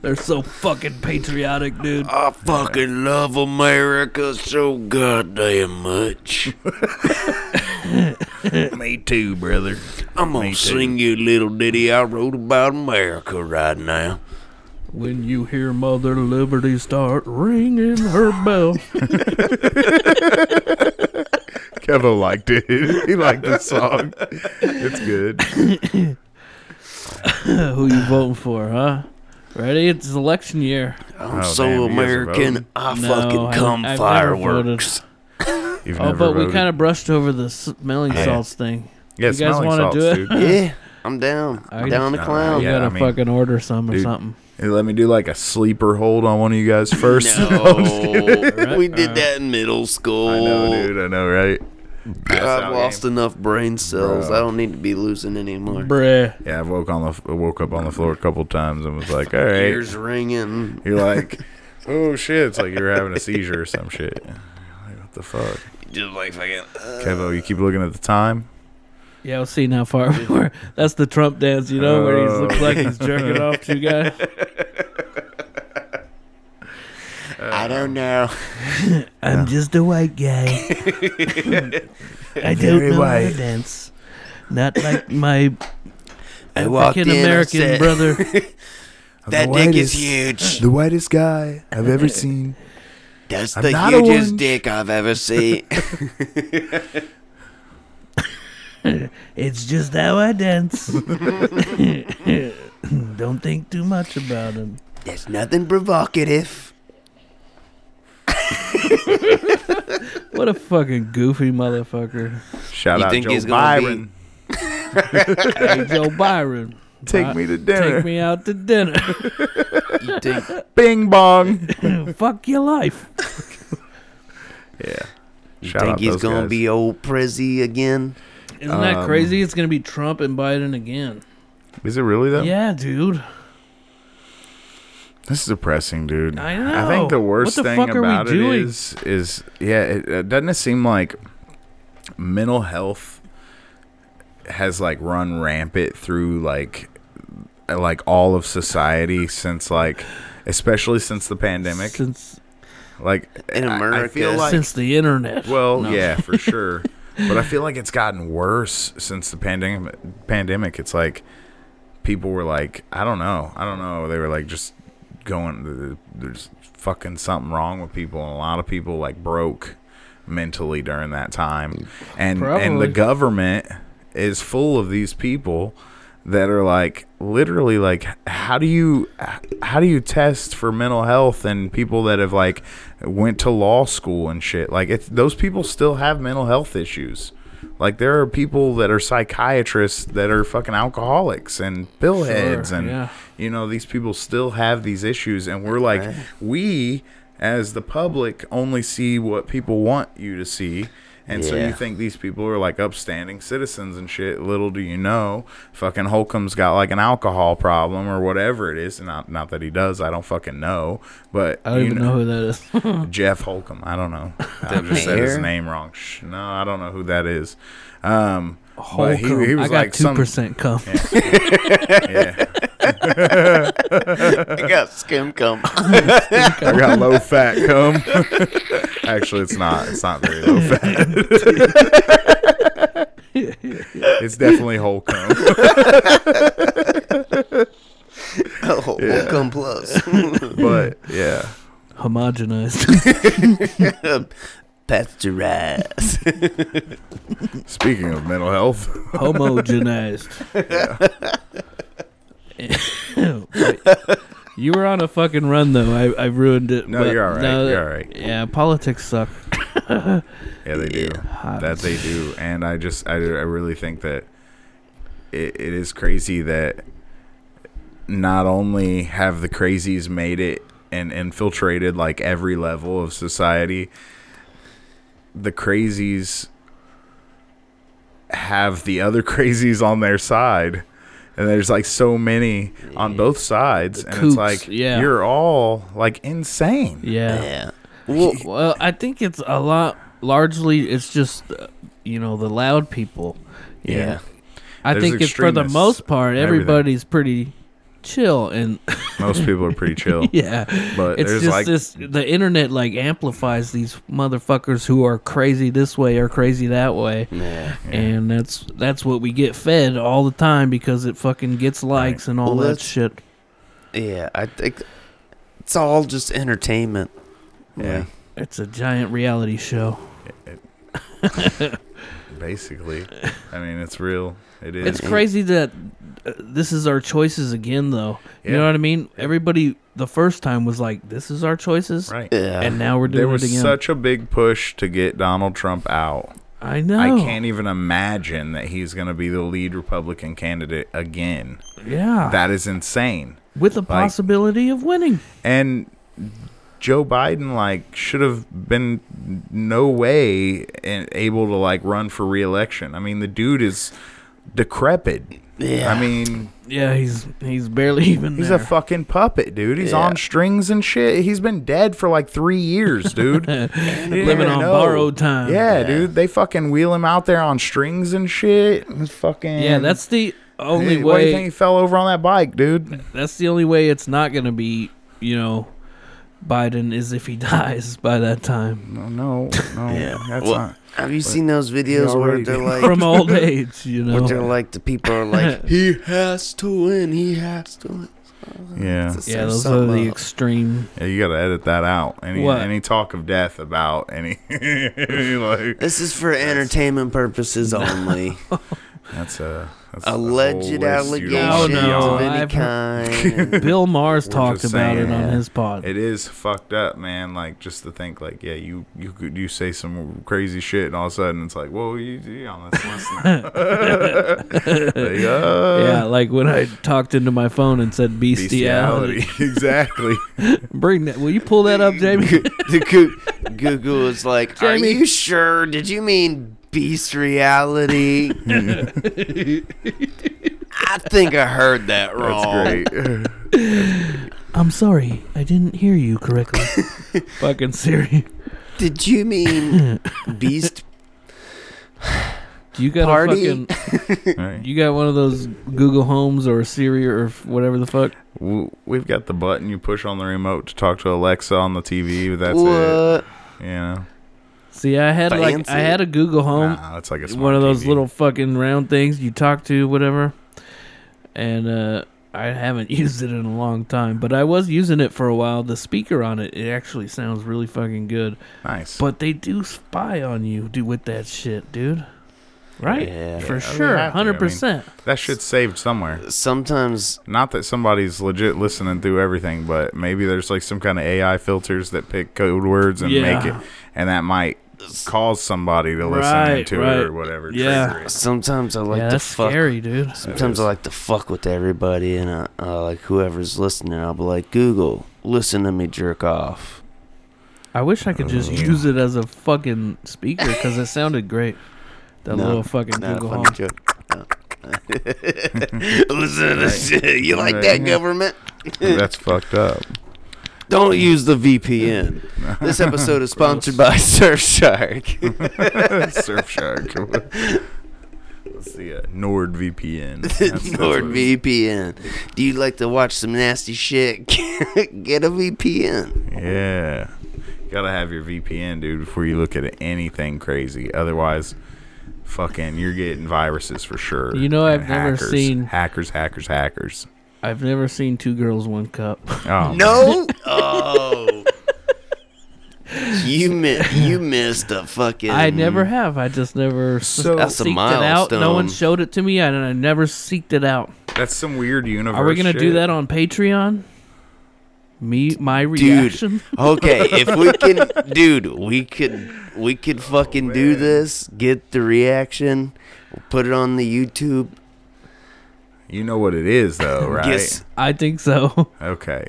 S3: They're so fucking patriotic, dude.
S2: I fucking love America so goddamn
S1: *laughs*
S2: much.
S1: *laughs* Me too, brother.
S2: I'm gonna
S1: too.
S2: sing you a little ditty I wrote about America right now.
S3: When you hear Mother Liberty start ringing her bell,
S1: Kevo liked it. *laughs* He liked the song. It's good.
S3: *laughs* who you voting for, huh? Ready? It's election year.
S2: I'm
S1: Oh,
S2: so
S1: damn, you guys are
S2: American,
S1: voting?
S2: I
S3: No, I-
S2: fucking come
S3: I've never *laughs*
S2: fireworks.
S1: You've
S3: Oh,
S1: never
S3: but we
S1: voted.
S3: kind of brushed over the smelling
S1: Yeah.
S3: salts thing.
S1: yeah,
S3: you guys
S1: smelling
S3: wanna
S1: salts,
S3: do it? *laughs*
S1: dude.
S2: Yeah, I'm down.
S3: I
S2: I'm down to
S1: just-
S2: clown.
S3: You
S1: Yeah,
S3: gotta
S1: I mean,
S3: fucking order some or
S1: dude.
S3: something.
S1: Hey, let me do like a sleeper hold on one of you guys
S2: *laughs*
S1: first. *laughs* I'm just kidding.
S2: No, we did
S3: Alright.
S2: that in middle school.
S1: Uh-huh. I know, dude. I know, right? Pass
S2: I've
S1: out
S2: lost
S1: game.
S2: enough brain cells.
S1: Bro.
S2: I don't need to be losing anymore.
S3: Bruh.
S1: Yeah, I woke on the f- woke up on the floor a couple times and was like, "All right."
S2: Ears ringing.
S1: You're like, "Oh shit!" It's like you're having a seizure or some shit. Like, what the fuck?
S2: Just like fucking. uh,
S1: Kevo, you keep looking at the time.
S3: Yeah, we'll see how far *laughs* we were. That's the Trump dance, you know, where he
S1: Oh.
S3: looks like
S1: *laughs*
S3: he's jerking off two guys.
S1: uh,
S2: I don't know.
S4: I'm just a
S1: *laughs*
S4: white guy. I don't
S1: Very
S4: know how to
S1: white.
S4: dance. Not like my
S2: I walked in.
S3: African American
S2: I said,
S3: brother.
S1: *laughs*
S2: That dick is huge.
S1: The whitest guy I've ever
S3: *laughs*
S1: seen.
S2: That's
S1: I'm
S2: the
S1: not a
S2: hugest
S1: orange.
S2: dick
S1: *laughs*
S2: I've ever seen.
S4: It's just how I
S3: *laughs*
S4: dance.
S3: Don't think too much about him.
S2: There's nothing provocative.
S3: What a fucking goofy motherfucker.
S1: Shout
S2: You
S1: out
S2: think
S1: Joe
S2: he's gonna be-
S1: Byron.
S3: Hey, Joe Byron.
S1: Take
S3: Bi-
S1: me to dinner.
S3: Uh, Take me out to
S1: *laughs*
S3: dinner.
S2: You think
S1: Bing bong.
S3: Fuck your life.
S1: yeah.
S2: You
S1: Shout
S2: think
S1: out
S2: he's
S1: those
S2: gonna
S1: guys.
S2: be old Prezi again?
S3: Isn't that
S1: Um,
S3: crazy? It's gonna be Trump and Biden again.
S1: Is it really though?
S3: Yeah, dude.
S1: This is depressing, dude.
S3: I
S1: I think the
S3: know. What
S1: worst
S3: the
S1: thing
S3: fuck are we
S1: about it
S3: doing?
S1: is, is yeah, it, uh, doesn't it seem like mental health has like run rampant through like uh, like all of society since like especially since the pandemic.
S3: Since
S1: Like
S2: In
S1: I- I
S2: America,
S1: feel like-
S3: since the internet. *laughs*
S1: Well,
S3: No.
S1: yeah, for sure. but I feel like it's gotten worse since the pandemic. Pandemic, it's like people were like, I don't know, I don't know. They were like just going. There's fucking something wrong with people, and a lot of people like broke mentally during that time, and and the
S3: Probably.
S1: government is full of these people that are like literally like how do you how do you test for mental health and people that have like went to law school and shit like it's, those people still have mental health issues like there are people that are psychiatrists that are fucking alcoholics and billheads
S3: Sure,
S1: and
S3: yeah.
S1: you know these people still have these issues and we're like we as the public only see what people want you to see And so
S2: Yeah.
S1: you think these people are like upstanding citizens and shit. Little do you know, fucking Holcomb's got like an alcohol problem or whatever it is. Not not that he does. I don't fucking know. But
S3: I don't
S1: you
S3: even know who that is.
S1: Jeff Holcomb. I don't
S3: *laughs*
S1: know. I just said his
S2: mayor?
S1: name wrong. Shh, no, I don't know who that is. Um, but
S3: Holcomb. I got two percent cum.
S1: *laughs* yeah,
S2: *laughs* I got skim cum. *laughs*
S1: I got low fat cum. *laughs* Actually, it's not. It's not very low
S3: *laughs*
S1: fat. it's definitely whole cum.
S2: oh,
S1: Yeah.
S2: cum plus.
S1: *laughs*
S2: *laughs*
S1: But yeah,
S3: *laughs* Homogenized.
S2: Pasteurized.
S1: speaking of mental health, *laughs*
S3: Homogenized. Wait. *laughs* you were on a fucking run though. I, I ruined it.
S1: No,
S3: but
S1: you're all right.
S3: now that-
S1: You're all right.
S3: Yeah, politics suck.
S1: yeah, they do.
S3: Hot.
S1: that they do and i just i, I really think that it, it is crazy that not only have the crazies made it and infiltrated like every level of society the crazies have the other *laughs* crazies on their side and there's like so many on both sides and
S3: Kooks,
S1: it's like
S3: yeah.
S1: you're all like insane
S3: Yeah.
S2: yeah.
S3: Well, well, I think it's a lot. Largely, it's just uh, you know the loud people. you
S1: Yeah.
S3: know. I
S1: There's
S3: think it's for the
S1: extremists
S3: most part
S1: and everything.
S3: everybody's pretty chill and *laughs*
S1: most people are pretty chill
S3: yeah.
S1: but
S3: It's
S1: there's
S3: just
S1: like
S3: this the internet like amplifies these motherfuckers who are crazy this way or crazy that way.
S2: Yeah.
S3: And that's that's what we get fed all the time because it fucking gets likes and all
S2: Well,
S3: that
S2: that's-
S3: shit.
S2: Yeah. I think it's all just entertainment.
S1: yeah
S3: It's a giant reality show. *laughs*
S1: basically. I mean, it's real. It is.
S3: It's crazy that uh, this is our choices again, though. You
S1: Yeah.
S3: know what I mean? Everybody the first time was like, "This is our choices,"
S1: right.
S2: Yeah.
S3: and now we're doing
S1: There was
S3: it again.
S1: such a big push to get Donald Trump out.
S3: I know.
S1: I can't even imagine that he's going to be the lead Republican candidate again.
S3: Yeah,
S1: That is insane.
S3: with the possibility of winning.
S1: And Joe Biden like should have been no way and able to like run for reelection. I mean, the dude is decrepit.
S2: Yeah.
S1: I mean,
S3: Yeah, he's he's barely *laughs* even
S1: He's
S3: there.
S1: a fucking puppet, dude. He's
S2: Yeah.
S1: on strings and shit. He's been dead for like three years,
S2: *laughs*
S1: dude. Living
S3: on borrowed time.
S1: Yeah,
S2: Yeah.
S1: dude. They fucking wheel him out there on strings and shit. It's fucking.
S3: yeah, that's the only
S1: Hey, Why do you think
S3: way.
S1: he fell over on that bike, dude?
S3: That's the only way it's not gonna be. You know, Biden is if he *laughs* dies by that time
S1: No, no, no.
S2: *laughs* Yeah.
S1: That's
S2: Well,
S1: not.
S2: Have you seen those videos where
S1: already-
S2: they're like,
S3: from old age. You
S2: where they're
S3: know.
S2: like, the people
S3: *laughs*
S2: are like, he has to win. He has to win.
S1: Yeah.
S2: It's-
S3: Yeah,
S2: there's
S3: those are
S2: something
S3: the
S2: up.
S3: extreme.
S1: Yeah, you gotta edit that out. Any
S3: What?
S1: any talk of death about any *laughs* like
S2: This is for entertainment purposes
S3: *laughs*
S2: only.
S1: that's a that's a whole list you
S2: Alleged
S1: don't wanna be
S2: allegations
S3: No,
S2: of
S1: on.
S3: no,
S2: any
S3: I've
S2: kind. and-
S3: Bill Mars
S1: We're
S3: talked
S1: just
S3: about it
S1: saying,
S3: on
S2: yeah.
S3: his pod.
S1: It is fucked up, man. Like just to think, like yeah, you you could you say some crazy shit, and all of a sudden it's like, whoa, you, you on this list now?
S3: *laughs*
S1: Like, uh,
S3: Yeah, like when I talked into my phone and said bestiality.
S1: bestiality, *laughs* exactly.
S3: *laughs* Bring that. Will you pull that up,
S2: *laughs*
S3: Jamie?
S2: the Goo- Google is like,
S3: Jamie.
S2: are you sure? Did you mean
S3: *laughs*
S2: beast reality? I think I heard that wrong.
S1: That's great. *laughs*
S3: I'm sorry, I didn't hear you correctly. Fucking Siri.
S2: Did
S1: *laughs*
S2: you mean beast
S3: Do you got
S2: Party?
S3: a fucking?
S1: Right.
S3: You got one of those Google Homes or Siri or f- whatever the fuck?
S1: W- We've got the button you push on the remote to talk to Alexa on the TV. But that's
S2: what?
S1: it. You know,
S3: See, I had like I
S2: Fancy.
S3: had a Google Home,
S1: nah, that's like a smart
S3: one of those
S1: TV.
S3: little fucking round things you talk to, whatever. And uh, I haven't *laughs* used it in a long time, but I was using it for a while. The speaker on it, it actually sounds really fucking good.
S1: nice.
S3: But they do spy on you, dude, with that shit, dude. Right?
S2: Yeah.
S3: For
S1: Yeah, they have
S3: sure,
S1: to, I
S3: hundred percent.
S1: that shit's saved somewhere.
S2: Sometimes
S1: Not that somebody's legit listening through everything, but maybe there's like some kind of AI filters that pick code words and
S3: Yeah.
S1: make it, and that might cause somebody to listen
S3: Right,
S1: to
S3: right.
S1: it or whatever.
S3: Yeah.
S1: trigger it.
S2: sometimes I like
S3: yeah,
S2: to
S3: that's
S2: fuck
S3: scary, dude.
S2: Sometimes I like to fuck with everybody and I, uh, like whoever's listening. I'll be like, Google, listen to me jerk off.
S3: I wish I could just use it as a fucking speaker because it sounded great. That
S2: No,
S3: little fucking
S2: Not
S3: Google
S2: a
S3: Home.
S2: funny joke. No.
S1: *laughs*
S2: *laughs* Listen to this shit. You like that,
S1: Right.
S2: government?
S1: That's fucked *laughs* up.
S2: *laughs* Don't use
S1: *laughs*
S2: the VPN. This episode is sponsored by Surfshark.
S1: Surfshark. *laughs* Let's see. Uh, NordVPN. *laughs* That's- *laughs*
S2: *laughs*
S1: that's what it is.
S2: NordVPN. Do you like to watch some nasty shit? *laughs* Get a VPN.
S1: Yeah. Gotta have your VPN, dude, before you look at anything crazy. Otherwise, fucking, you're getting viruses for sure.
S3: You know, I've never
S1: hackers,
S3: seen-
S1: hackers, hackers, hackers.
S3: I've never seen two girls, one cup. *laughs*
S1: *laughs* Oh,
S2: No. Oh. You mi- you missed a fucking.
S3: I never have. I just never
S1: So-
S3: so
S1: That's
S2: a
S3: seeked it out. No one
S2: milestone.
S3: showed it to me, and I never seeked it out.
S1: that's some weird universe.
S3: Are we gonna do
S1: Oh, shit.
S3: that on Patreon? Me, my
S2: Dude.
S3: reaction. *laughs*
S2: Okay, if we can, dude, we could we could
S3: Oh,
S2: fucking do
S1: man.
S2: this. Get the reaction. We'll put it on the YouTube.
S1: You know what it is, though, *laughs* right?
S2: Guess-
S3: I think so. *laughs*
S1: Okay.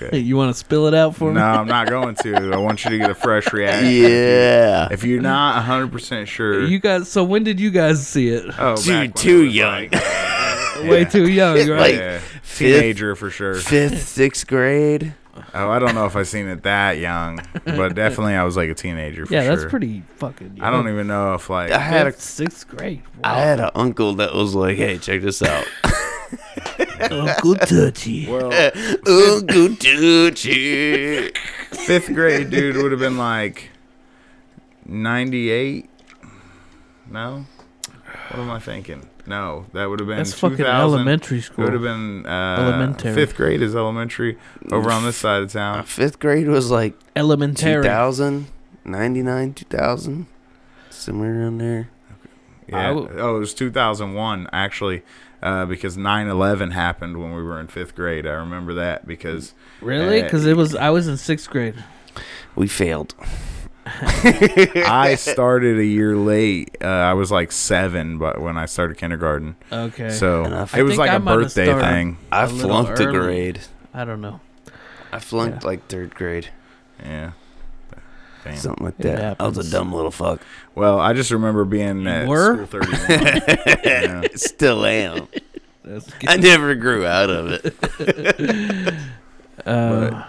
S1: Okay.
S3: you want to spill it out for
S1: No,
S3: me?
S1: I'm not going to. I want you to get a fresh reaction.
S2: Yeah.
S1: If you're not 100% sure,
S3: You guys. So when did you guys see it?
S1: oh, back
S2: Dude,
S1: when it
S2: too
S1: was
S2: young.
S1: like, uh,
S3: Way
S1: yeah,
S3: too young, right?
S2: Like,
S1: yeah.
S2: fifth-
S1: teenager for sure.
S3: *laughs*
S2: Fifth, sixth grade.
S1: Oh, I don't know if I seen it that young, but definitely I was like a teenager. For
S3: yeah, that's
S1: sure.
S3: pretty fucking.
S1: I don't even know if like
S2: I had a
S3: Fifth, sixth grade.
S2: I had an uncle that was like, "Hey, check
S3: *laughs*
S2: this out."
S4: Uncle Touchy.
S1: well
S3: Oh.
S2: *laughs* Uncle Tucci.
S1: fifth grade dude would have been like ninety eight. No, what am I thinking? No, that would have been
S3: That's
S1: 2000.
S3: fucking elementary
S1: It would have
S3: school.
S1: been uh,
S3: Elementary.
S1: Fifth grade is elementary over on this side of town.
S2: Uh, Fifth grade was like
S3: Elementary.
S2: 2000, 99, 2000, somewhere around there.
S1: Yeah.
S3: I w-
S1: oh, it was 2001 actually, uh, because 9/11 happened when we were in fifth grade. I remember that
S3: *laughs*
S1: because
S3: Really? Because it was. I was in sixth grade.
S2: We failed.
S1: I started a year late. Uh, I was like seven, but when I started kindergarten,
S3: Okay.
S1: so
S2: And I
S1: it was
S3: think
S1: like
S3: I
S1: a
S3: might have
S1: birthday
S3: started.
S1: thing.
S2: I
S3: A little
S2: flunked a
S3: early.
S2: grade.
S3: I don't know.
S2: I flunked
S3: Yeah.
S2: like third grade,
S1: Yeah. Damn.
S2: something like
S3: It
S2: that. I was a
S3: happens.
S2: dumb little fuck.
S1: well, I just remember being at
S3: were?
S1: school
S3: *laughs*
S1: 31. Yeah.
S2: Still *laughs* am.
S3: That's
S2: I never grew out of it.
S3: Uh,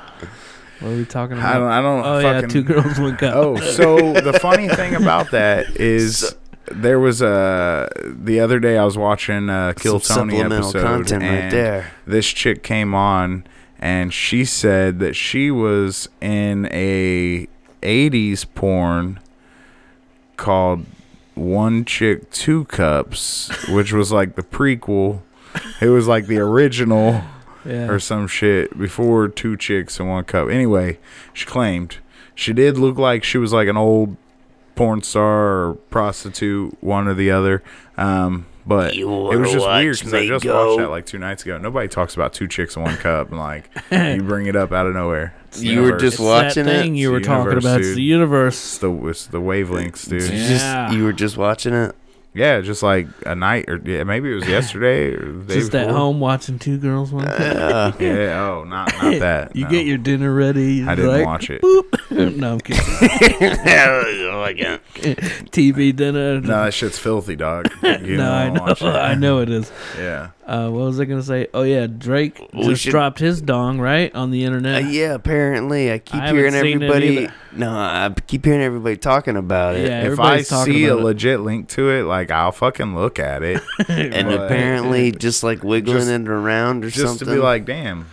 S3: what are we talking about?
S1: I don't. I don't.
S3: oh
S1: fucking,
S3: yeah, two girls, one cup.
S2: *laughs*
S1: Oh, so the funny thing about that is there was a the other day I was watching a Kill
S2: Some
S1: Tony
S2: supplemental
S1: episode
S2: content right
S1: and
S2: there.
S1: this chick came on and she said that she was in a 80s porn called One Chick Two Cups, which was like the prequel. It was like the original
S3: yeah.
S1: or some shit before two chicks and one cup. Anyway, she claimed she did look like she was like an old porn star or prostitute, one or the other. Um, but
S2: You
S1: it
S2: wanna
S1: was just
S2: watch
S1: weird because I
S2: me
S1: just
S2: go?
S1: watched that like two nights ago. Nobody talks about two chicks and one cup, and
S2: *laughs*
S1: like you bring it up out of nowhere. It's the
S2: You were
S1: universe.
S2: just
S3: It's
S2: watching
S3: that
S2: it.
S3: thing
S1: It's
S3: you were
S1: the
S3: talking
S1: universe,
S3: about. It's
S1: dude.
S3: the
S1: It's
S3: universe.
S1: the it's the wavelengths,
S2: Did you
S1: dude.
S3: Yeah.
S2: just you were just watching *laughs* it.
S1: Yeah, just like a night or yeah, maybe it
S2: *laughs*
S1: was yesterday or the day
S3: Just at
S1: before.
S3: home watching two girls, one cup.
S1: *laughs*
S2: Uh,
S1: Yeah, oh, not
S2: *laughs*
S1: not that.
S3: You
S1: no.
S3: get your dinner ready.
S1: I
S3: it's
S1: didn't
S3: like, *laughs*
S1: watch it.
S3: no, I'm kidding. *laughs*
S2: oh my God.
S3: TV dinner.
S1: No, that shit's filthy,
S3: *laughs*
S1: dog. You
S3: no, I
S1: don't wanna
S3: know.
S1: watch that.
S3: I know it is.
S1: Yeah.
S3: Uh, what was I gonna say? Oh yeah, Drake
S2: We
S3: just
S2: should-
S3: dropped his dong right on the
S2: *laughs* Uh,
S3: internet.
S2: yeah, apparently I keep
S3: I haven't
S2: hearing
S3: seen it
S2: everybody.
S3: either.
S2: No, I keep hearing everybody talking about it.
S3: Yeah,
S1: if I
S3: everybody's talking
S1: see a
S3: about it.
S1: legit link to it, like I'll fucking look at
S2: *laughs*
S1: it
S3: *laughs*
S2: and
S1: Right. *laughs*
S2: apparently just like wiggling
S1: Just-
S2: it around or
S1: just
S2: something.
S1: to be like, damn,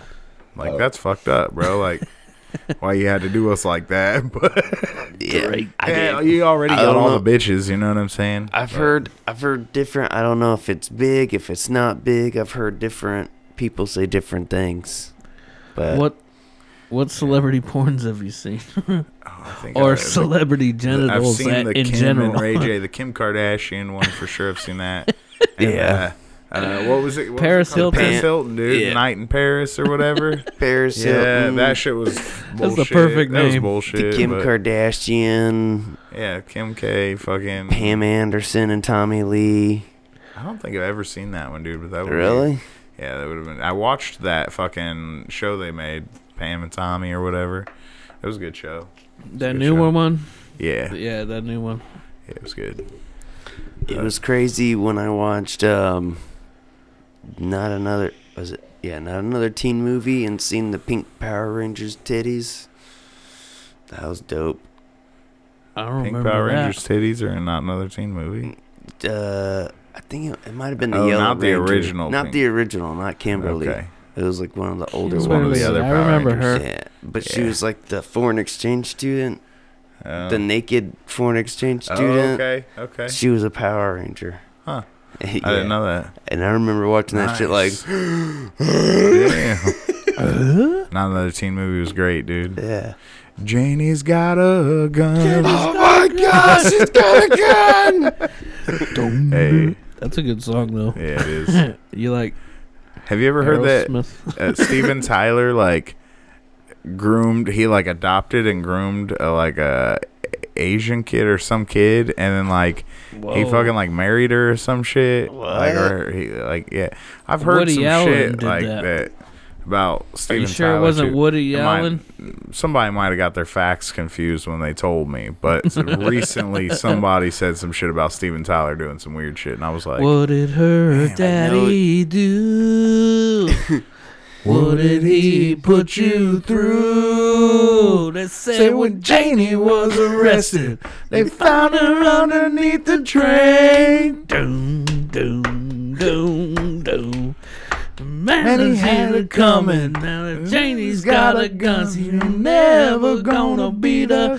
S1: like that's fucked up,
S3: *laughs*
S1: bro. Like, why you had to do us like that? *laughs* But
S2: yeah, I
S1: yeah,
S2: did.
S1: you already
S2: I
S1: got
S2: don't
S1: all
S2: know.
S1: the bitches. You know what I'm saying?
S2: I've heard I've heard different. I don't know if it's big, if it's not big. I've heard different people say different things. But
S3: What what celebrity porns have you seen,
S1: I think
S3: or
S1: I've-
S3: celebrity
S1: I've
S3: genitals
S1: seen
S3: at-
S1: the
S3: in
S1: Kim
S3: general?
S1: and Ray
S3: *laughs*
S1: J, the Kim Kardashian one for sure. I've seen that. And, uh,
S2: Yeah.
S1: uh, what was it? What was it
S3: Paris
S1: called?
S3: Hilton.
S1: Paris Hilton, dude.
S2: Yeah.
S1: Night in Paris or
S3: *laughs*
S1: whatever.
S2: Paris
S1: Yeah,
S2: Hilton,
S1: that shit was *laughs* bullshit.
S3: the perfect
S1: that was
S3: name.
S1: bullshit.
S2: the Kim
S1: but-
S2: Kardashian,
S1: Yeah, Kim K. Fucking.
S2: Pam Anderson, and Tommy Lee.
S1: I don't think I've ever seen that one, dude. But that would be-
S2: Really?
S1: yeah, that would have been. I watched that fucking show they made, Pam and Tommy or whatever. It was a good show.
S3: That
S1: Good
S3: new
S1: show.
S3: one one.
S1: Yeah, yeah,
S3: Yeah, that new one.
S1: it was good.
S2: It
S1: Uh,
S2: was crazy when I watched um not another was it yeah, not another teen movie and seen the pink Power Rangers titties. That was dope.
S3: I don't
S1: Pink
S3: remember
S1: Power
S3: that.
S1: Rangers titties are in not another teen movie.
S2: Uh I think it, it might have been the
S1: Oh,
S2: yellow
S1: not the
S2: Ranger.
S1: original
S2: Not
S1: Pink-
S2: the original, not Kimberly.
S1: Okay,
S2: It was like one of the older
S3: It was
S1: one
S2: ones.
S1: of the other
S3: I
S1: Power
S3: remember
S1: Rangers.
S3: her.
S2: Yeah, but she
S1: Yeah.
S2: was like the foreign exchange student,
S1: Oh.
S2: the naked foreign exchange
S1: Oh,
S2: student.
S1: okay, okay.
S2: She was a Power Ranger. *laughs*
S1: Huh.
S2: Yeah.
S1: I didn't know that.
S2: And I remember watching that shit like, *gasps*
S1: Nice.
S3: *laughs*
S1: Damn.
S3: Uh-huh.
S1: Not another teen movie was great, dude.
S2: yeah.
S1: Janie's got a
S2: *laughs*
S1: gun.
S2: Oh my gosh, she's got a gun!
S1: hey,
S3: That's a good
S1: *laughs*
S3: song though.
S1: yeah, it
S3: *laughs*
S1: is.
S3: You like
S1: Have you ever heard that?
S3: Aerosmith?
S1: uh, Steven Tyler like groomed he like adopted and groomed uh, like a Asian kid or some kid and then like he
S3: Whoa.
S1: fucking like married her or some shit like
S2: What?
S1: or he like yeah I've heard
S3: Woody
S1: some
S3: Allen
S1: shit
S3: did
S1: like
S3: that.
S1: that, about
S3: Are
S1: Steven
S3: you sure
S1: Tyler
S3: it wasn't
S1: too.
S3: Woody
S1: It might-
S3: Allen?
S1: somebody might have got their facts confused when they told me
S3: *laughs*
S1: but recently somebody said some shit about Steven Tyler doing some weird shit and I was like
S3: what did her
S2: I know
S3: daddy do? what did he put you through? They say when Janie was arrested, they found her underneath the train. Doom, doom, doom, doom. Manny had it coming. Now that Janie's got a gun, so you're never gonna be the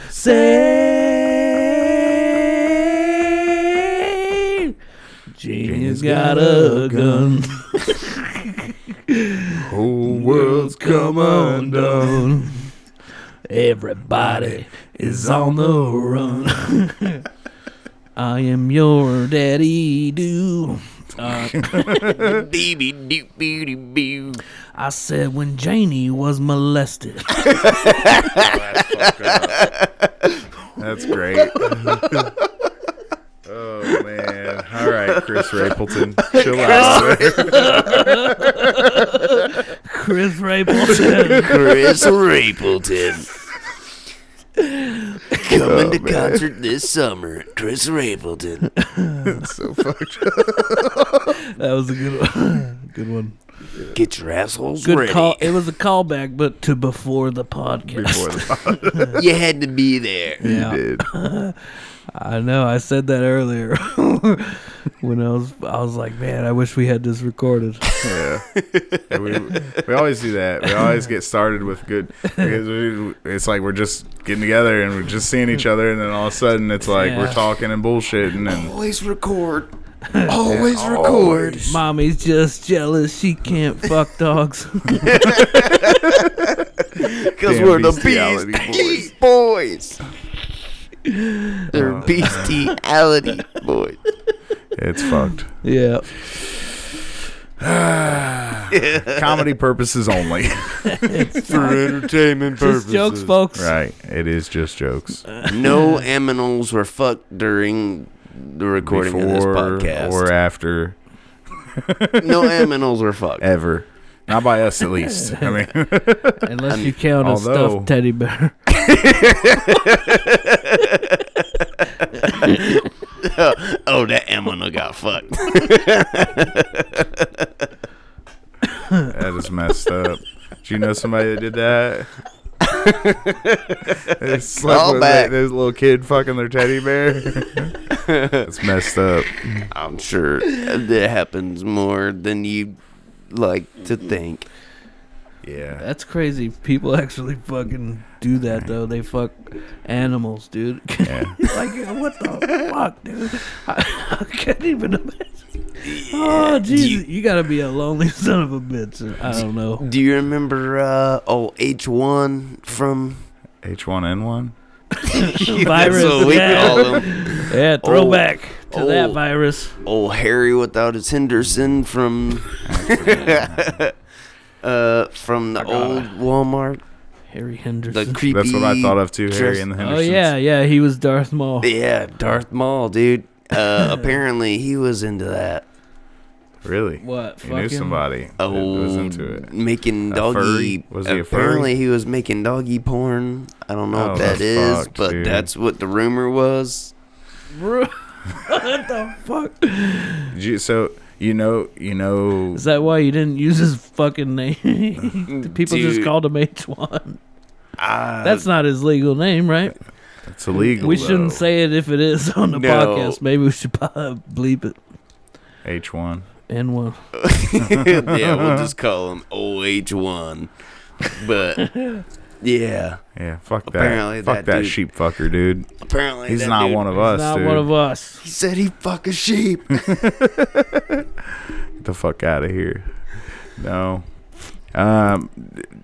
S3: same. Janie's got a gun.
S1: whole
S3: World's come undone. Everybody is on the run. *laughs* I am your daddy do. Uh, *laughs* I said when Janie was molested. *laughs*
S1: That's
S2: *laughs*
S1: great. oh man! All right, Chris
S2: *laughs*
S1: Rapleton, chill out.
S3: Chris Rapleton.
S2: Chris Rapleton.
S1: Oh,
S2: Coming to concert this summer, Chris Rapleton.
S1: so fucked.
S3: that was a good one. *laughs* Good one.
S2: Get your assholes
S3: Good
S2: ready.
S3: call. It was a callback, but to before the podcast.
S1: Before the
S2: You had to be there.
S3: yeah.
S1: did.
S3: *laughs* I know. I said that earlier *laughs* when I was. I was like, man, I wish we had this
S1: *laughs*
S3: recorded.
S1: Yeah. Yeah, we, we always do that. We always get started with good because we, it's like we're just getting together and we're just seeing each other, and then all of a sudden it's like
S3: Yeah.
S1: we're talking and bullshitting and
S3: *laughs*
S2: Always record. Always record.
S3: *sighs*
S1: *sighs*
S3: Mommy's just jealous. She can't fuck dogs. *laughs*
S2: Because
S1: Damn
S2: we're the
S1: bestiality
S2: Beastie
S1: *laughs*
S2: Boys. They're
S1: Oh. *laughs*
S2: Bestiality Boys.
S1: it's
S2: *laughs*
S1: fucked.
S3: yeah.
S1: Comedy purposes only.
S2: For entertainment
S3: *laughs* Just jokes, folks.
S1: right. It is just jokes.
S2: No aminals were fucked during the recording of this podcast. *laughs*
S1: or after,
S2: no aminals were fucked.
S1: ever. Not by us, at least. I mean. *laughs*
S3: Unless you count a
S1: although-
S3: stuffed teddy bear. *laughs*
S2: oh, that aminal got fucked.
S1: That is messed up. Do you know somebody that did
S2: *laughs*
S1: that? they slept
S2: Call
S1: with
S2: back.
S1: that- this little kid fucking their teddy bear. That's messed up.
S2: I'm sure that happens more than you like to think.
S1: Yeah.
S3: That's crazy. People actually fucking do that though. They fuck animals, dude. *laughs*
S1: Yeah.
S3: like what the fuck, dude? *laughs* I, I can't even imagine. Oh Jesus, you, gotta be a lonely *laughs* son of a bitch. I don't know.
S2: Do you remember uh oh H1 from
S1: H1N1?
S3: Virus,
S2: That's what we
S3: yeah.
S2: call him.
S3: *laughs* Yeah, throwback to that
S2: oh.
S3: virus.
S2: Oh Harry without his
S1: *laughs*
S2: Henderson from *laughs* uh from the old Walmart.
S3: Harry
S2: The
S3: Henderson.
S2: creepy
S1: That's what I thought of too, Harry
S2: dress-
S1: and the
S3: oh
S1: Hendersons.
S3: yeah, yeah, he was Darth Maul.
S1: *laughs*
S2: Yeah, Darth Maul, dude. Uh apparently he was into that.
S1: Really?
S3: What?
S1: You knew
S3: fucking-
S1: somebody that
S2: Oh.
S1: was into it.
S2: making
S1: A
S2: doggy.
S1: furry? Was he a furry?
S2: apparently, he was making doggy porn. I don't know
S1: Oh,
S2: what that
S1: that's
S2: is,
S1: fucked,
S2: but
S1: dude.
S2: that's what the rumor was.
S3: *laughs* Bro, what the fuck?
S1: Did you, so you know, you know,
S3: Is that why you didn't use his fucking name? *laughs* The People just
S2: Dude. *laughs*
S3: called him H1.
S2: Ah,
S3: That's not his legal name, right?
S1: it's illegal.
S3: We shouldn't say it if it is on the
S2: No.
S3: podcast. Maybe we should uh, bleep it.
S1: H one.
S3: N1. *laughs*
S2: yeah. We'll just call him OH1.
S3: *laughs*
S2: But yeah,
S1: Yeah, fuck that.
S2: Apparently
S1: fuck
S2: that
S1: that
S2: dude-
S1: sheep fucker, dude.
S2: apparently
S1: He's
S2: that
S1: not
S2: dude-
S1: one of
S3: He's
S1: us,
S3: not
S1: dude.
S3: one of us.
S2: He said he fuck a *laughs* sheep.
S1: Get the fuck out of here. No. Um,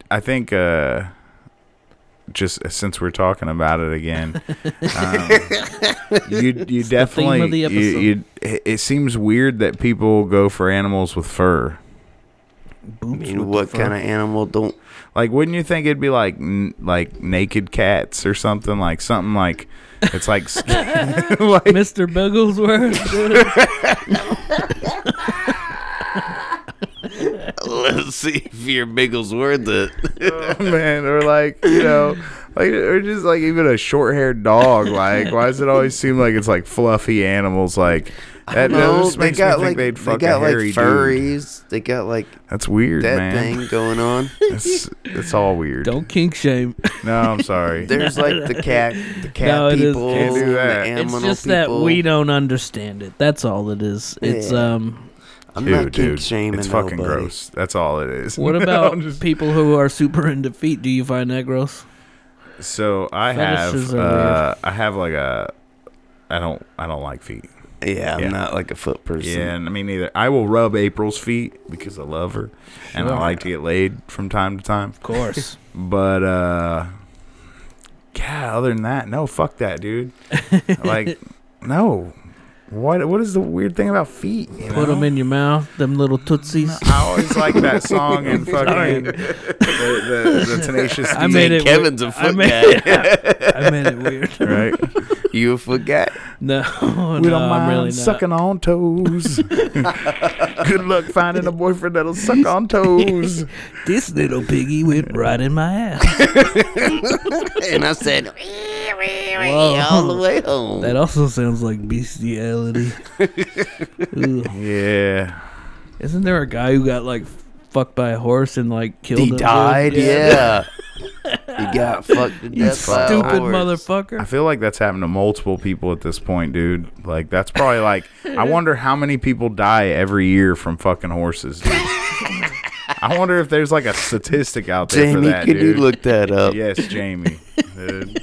S1: I think uh, just uh, since we're talking about it again,
S3: *laughs*
S1: um, you you
S3: the theme of
S1: definitely
S3: the
S1: you, you it it seems weird that people go for animals with fur.
S2: I mean, what kind of animal don't?
S1: Like, wouldn't you think it'd be like n- like naked cats or something like something like it's
S3: *laughs*
S1: like *laughs* sk- like
S3: Mr. Bigglesworth? dude.
S2: Let's see if your biggle's worth
S1: *laughs*
S2: it. *laughs*
S1: man or like you know like or just like even a short-haired dog like why does it
S3: *laughs*
S1: always seem like it's like fluffy animals like that, that
S2: No,
S1: just
S2: they
S1: makes
S2: got
S1: me
S2: like
S1: think they'd
S2: they
S1: fuck a
S2: got like
S1: hairy dude.
S2: furries. They got like
S1: That's weird,
S2: that
S1: man.
S2: thing going *laughs* on.
S1: *laughs* That's that's all weird.
S3: Don't kink shame.
S1: No, I'm sorry.
S2: There's like the cat, the cat
S3: No, it is-
S2: people,
S1: Can't do
S2: the
S1: that.
S2: animal
S3: it's just
S2: people.
S3: that we don't understand it. That's all it is. It's
S2: Yeah. *laughs*
S3: um.
S2: I'm
S1: Ew,
S2: not kink
S1: dude,
S2: shaming
S1: it's fucking
S2: nobody.
S1: gross. That's all it is. *laughs*
S3: What
S1: No,
S3: about
S1: I'm just-
S3: people who are super into feet? Do you find that gross?
S1: so I
S3: Fetishes
S1: have
S3: are
S1: uh, I have like a I don't I don't like feet.
S2: Yeah, I'm
S1: Yeah.
S2: not like a foot person.
S1: Yeah, and I mean either I will rub April's feet because I love her and I
S3: Sure.
S1: like to get laid from time to time.
S3: Of
S2: *laughs*
S3: course.
S1: But uh yeah, other than that, no, fuck that,
S3: *laughs*
S1: dude. like no. What what is the weird thing about feet? You
S3: Put them in your mouth. Them little tootsies.
S1: *laughs* I always like that song and fucking the, the, the tenacious D,
S3: I made it. weird.
S2: Kevin's a
S3: I
S2: foot
S3: made,
S2: guy.
S3: *laughs* I made it weird. *laughs*
S1: right?
S2: *laughs* You a foot guy? *laughs*
S3: No,
S1: we
S3: no,
S1: don't
S3: I'm
S1: mind
S3: really not.
S1: sucking on
S3: *laughs*
S1: toes. *laughs* Good luck finding a boyfriend that'll suck
S3: *laughs*
S1: on toes.
S3: This little piggy went right in my ass.
S2: And I said all the way home.
S3: That also sounds like
S2: *laughs*
S3: bestiality. Ooh.
S1: Yeah.
S3: Isn't there a guy who got like fucked by a horse and like killed?
S2: he
S3: him?
S1: *laughs*
S2: died. Yeah. he got fucked to
S3: You
S2: death by a
S3: stupid
S2: horse.
S1: I
S3: motherfucker.
S1: feel like that's happened to multiple people at this point, dude. Like that's probably like
S3: *laughs*
S1: I wonder how many people die every year from fucking horses. Dude. I wonder if there's like a statistic out there for
S2: Jamie,
S1: that,
S2: could you
S1: dude.
S2: look that up?
S1: yes, Jamie. Dude,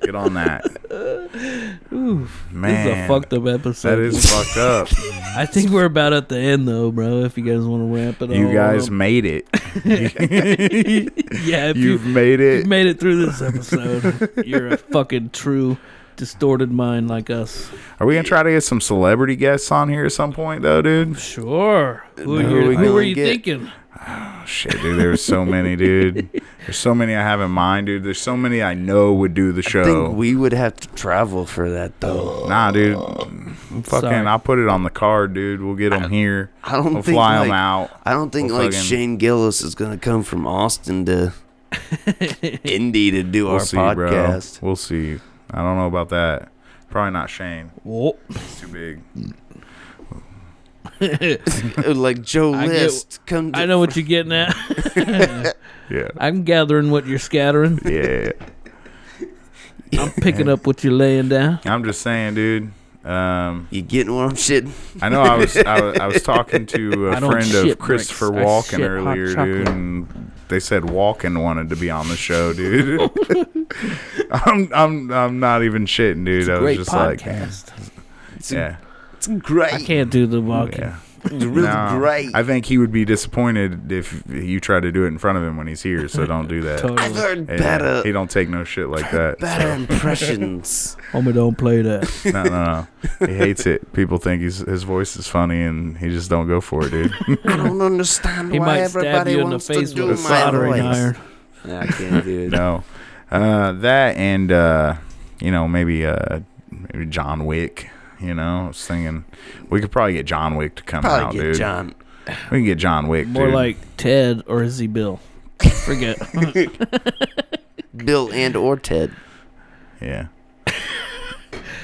S1: get on that.
S3: This
S1: Man,
S3: is a fucked up episode.
S1: that is fucked up.
S3: I think we're about at the end though, bro. If you guys want to wrap it all
S1: you guys *laughs*
S3: up.
S1: made it.
S3: *laughs* yeah, if you
S1: You've made
S3: you
S1: it.
S3: made it through this episode, you're a fucking true distorted mind like us.
S1: Are we gonna try to get some celebrity guests on here at some point, though, dude?
S3: Sure. Who,
S2: Who
S3: you-
S2: we
S3: who were
S2: gonna
S3: you
S2: get?
S3: thinking?
S1: Oh, shit, dude. There's so many, dude. There's so many I have in mind, dude. There's so many I know would do the show.
S2: I think we would have to travel for that though.
S1: Nah, dude. I'm fucking,
S3: Sorry.
S1: I'll put it on the card, dude. We'll get them here.
S2: I don't
S1: We'll
S2: think
S1: fly
S2: like,
S1: them out.
S2: I don't think
S1: We'll
S2: like
S1: fucking-
S2: Shane Gillis is gonna come from
S1: *laughs*
S2: Austin to Indy to do
S1: We'll
S2: our
S1: see,
S2: podcast. *laughs*
S1: bro. We'll see. I don't know about that. Probably not Shane.
S3: Whoa.
S1: He's too
S2: *laughs*
S1: big.
S2: like Joe
S3: I get-
S2: List, come. To,
S3: I know what you're getting at.
S1: *laughs* Yeah.
S3: I'm gathering what you're scattering.
S1: Yeah.
S3: I'm picking up what you're laying down.
S1: I'm just saying, dude. Um,
S2: You getting what I'm shitting?
S1: I know I was I was, I was talking
S3: *laughs*
S1: to
S3: I
S1: a
S3: don't
S1: friend
S3: shit
S1: of
S3: bricks.
S1: Christopher
S3: I
S1: Walken
S3: shit hot
S1: earlier, dude,
S3: chocolate.
S1: and they said Walken wanted to be on the show, dude. *laughs* I'm I'm I'm not even shitting, dude.
S3: It's
S1: I
S3: a
S1: was
S3: great
S1: just
S3: podcast.
S1: like, yeah,
S2: It's great.
S3: I can't do the walking.
S1: yeah.
S2: It's really
S1: No.
S2: great.
S1: I
S2: I've,
S1: think he would be disappointed if you try to do it in front of him when he's here.
S3: *laughs*
S1: So don't do that.
S3: Totally.
S2: heard
S1: Yeah,
S2: better,
S1: He don't take no shit like that.
S2: *laughs* better
S1: *laughs*
S2: impressions.
S3: Homie, don't play that.
S1: No, no, no. He hates it. People think he's, his voice is funny, and he just don't go for it, dude.
S2: I don't understand
S3: He
S2: why
S3: might stab
S2: everybody
S3: you in the
S2: wants
S3: face
S2: to do
S3: with a
S2: my
S3: soldering
S2: voice.
S3: iron.
S2: Nah, I can't do it.
S1: No, uh, that and uh, you know maybe uh, maybe John Wick. You know, I was thinking we could probably get John Wick to come
S2: Probably
S1: out,
S2: get
S1: dude.
S2: John.
S1: We can get John Wick.
S3: More
S1: dude.
S3: like Ted or is he Bill?
S2: *laughs*
S3: Forget. *laughs*
S2: Bill and or Ted.
S1: yeah.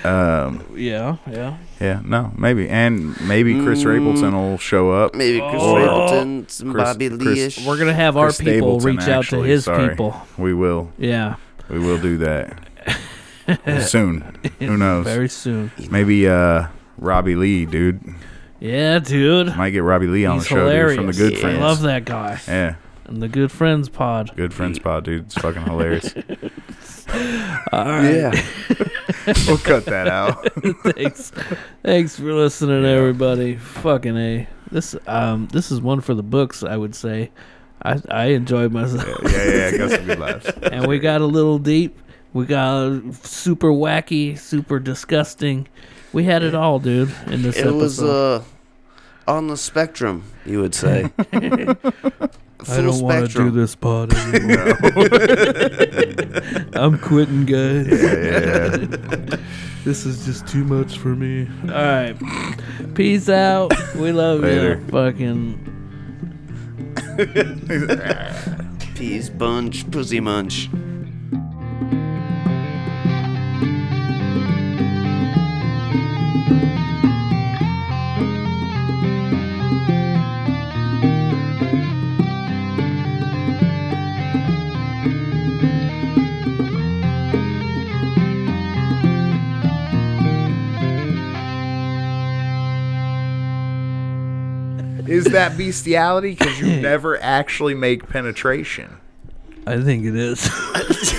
S1: um.
S3: yeah, yeah.
S1: Yeah, no, maybe, and maybe Chris
S2: Mm.
S1: Rapleton will show up.
S2: Maybe Chris
S3: Oh.
S2: Stapleton, some
S1: Chris-
S2: Bobby
S1: Chris-
S2: Lee-ish.
S3: We're gonna have our
S1: Chris
S3: people
S1: Stapleton,
S3: reach out to
S1: actually,
S3: his
S1: sorry.
S3: people.
S1: We will,
S3: Yeah,
S1: we will do that soon. Who knows?
S3: very soon.
S1: Maybe uh, Robbie Lee, dude,
S3: Yeah, dude.
S1: might get Robbie Lee on
S3: He's
S1: the show dude, from the
S3: hilarious.
S1: Good
S2: Yeah.
S1: Friends.
S3: I love that guy
S1: yeah,
S3: and the Good Friends Pod.
S1: Good Friends pod, dude. It's fucking hilarious.
S3: All right.
S1: we'll cut that out.
S3: *laughs* thanks, thanks for listening, everybody. Fucking a. This um this is one for the books. I would say, I I enjoyed myself.
S1: Yeah, yeah, yeah. I got some good laughs.
S3: and we got a little deep. We got super wacky, super disgusting. We had it all, dude, in this
S2: it
S3: episode.
S2: was uh, on the spectrum, you
S3: *laughs*
S2: would say. Full
S3: wanna
S2: spectrum.
S3: this
S2: *laughs*
S3: pod anymore. I'm quitting, guys.
S1: Yeah, yeah.
S3: This is just too much for me. All right. Peace out. We love
S1: Later.
S3: you. Fucking.
S2: Peas bunch, pussy munch.
S1: Is that
S3: *laughs*
S1: bestiality? Because you never actually make penetration.
S3: I think it is. *laughs*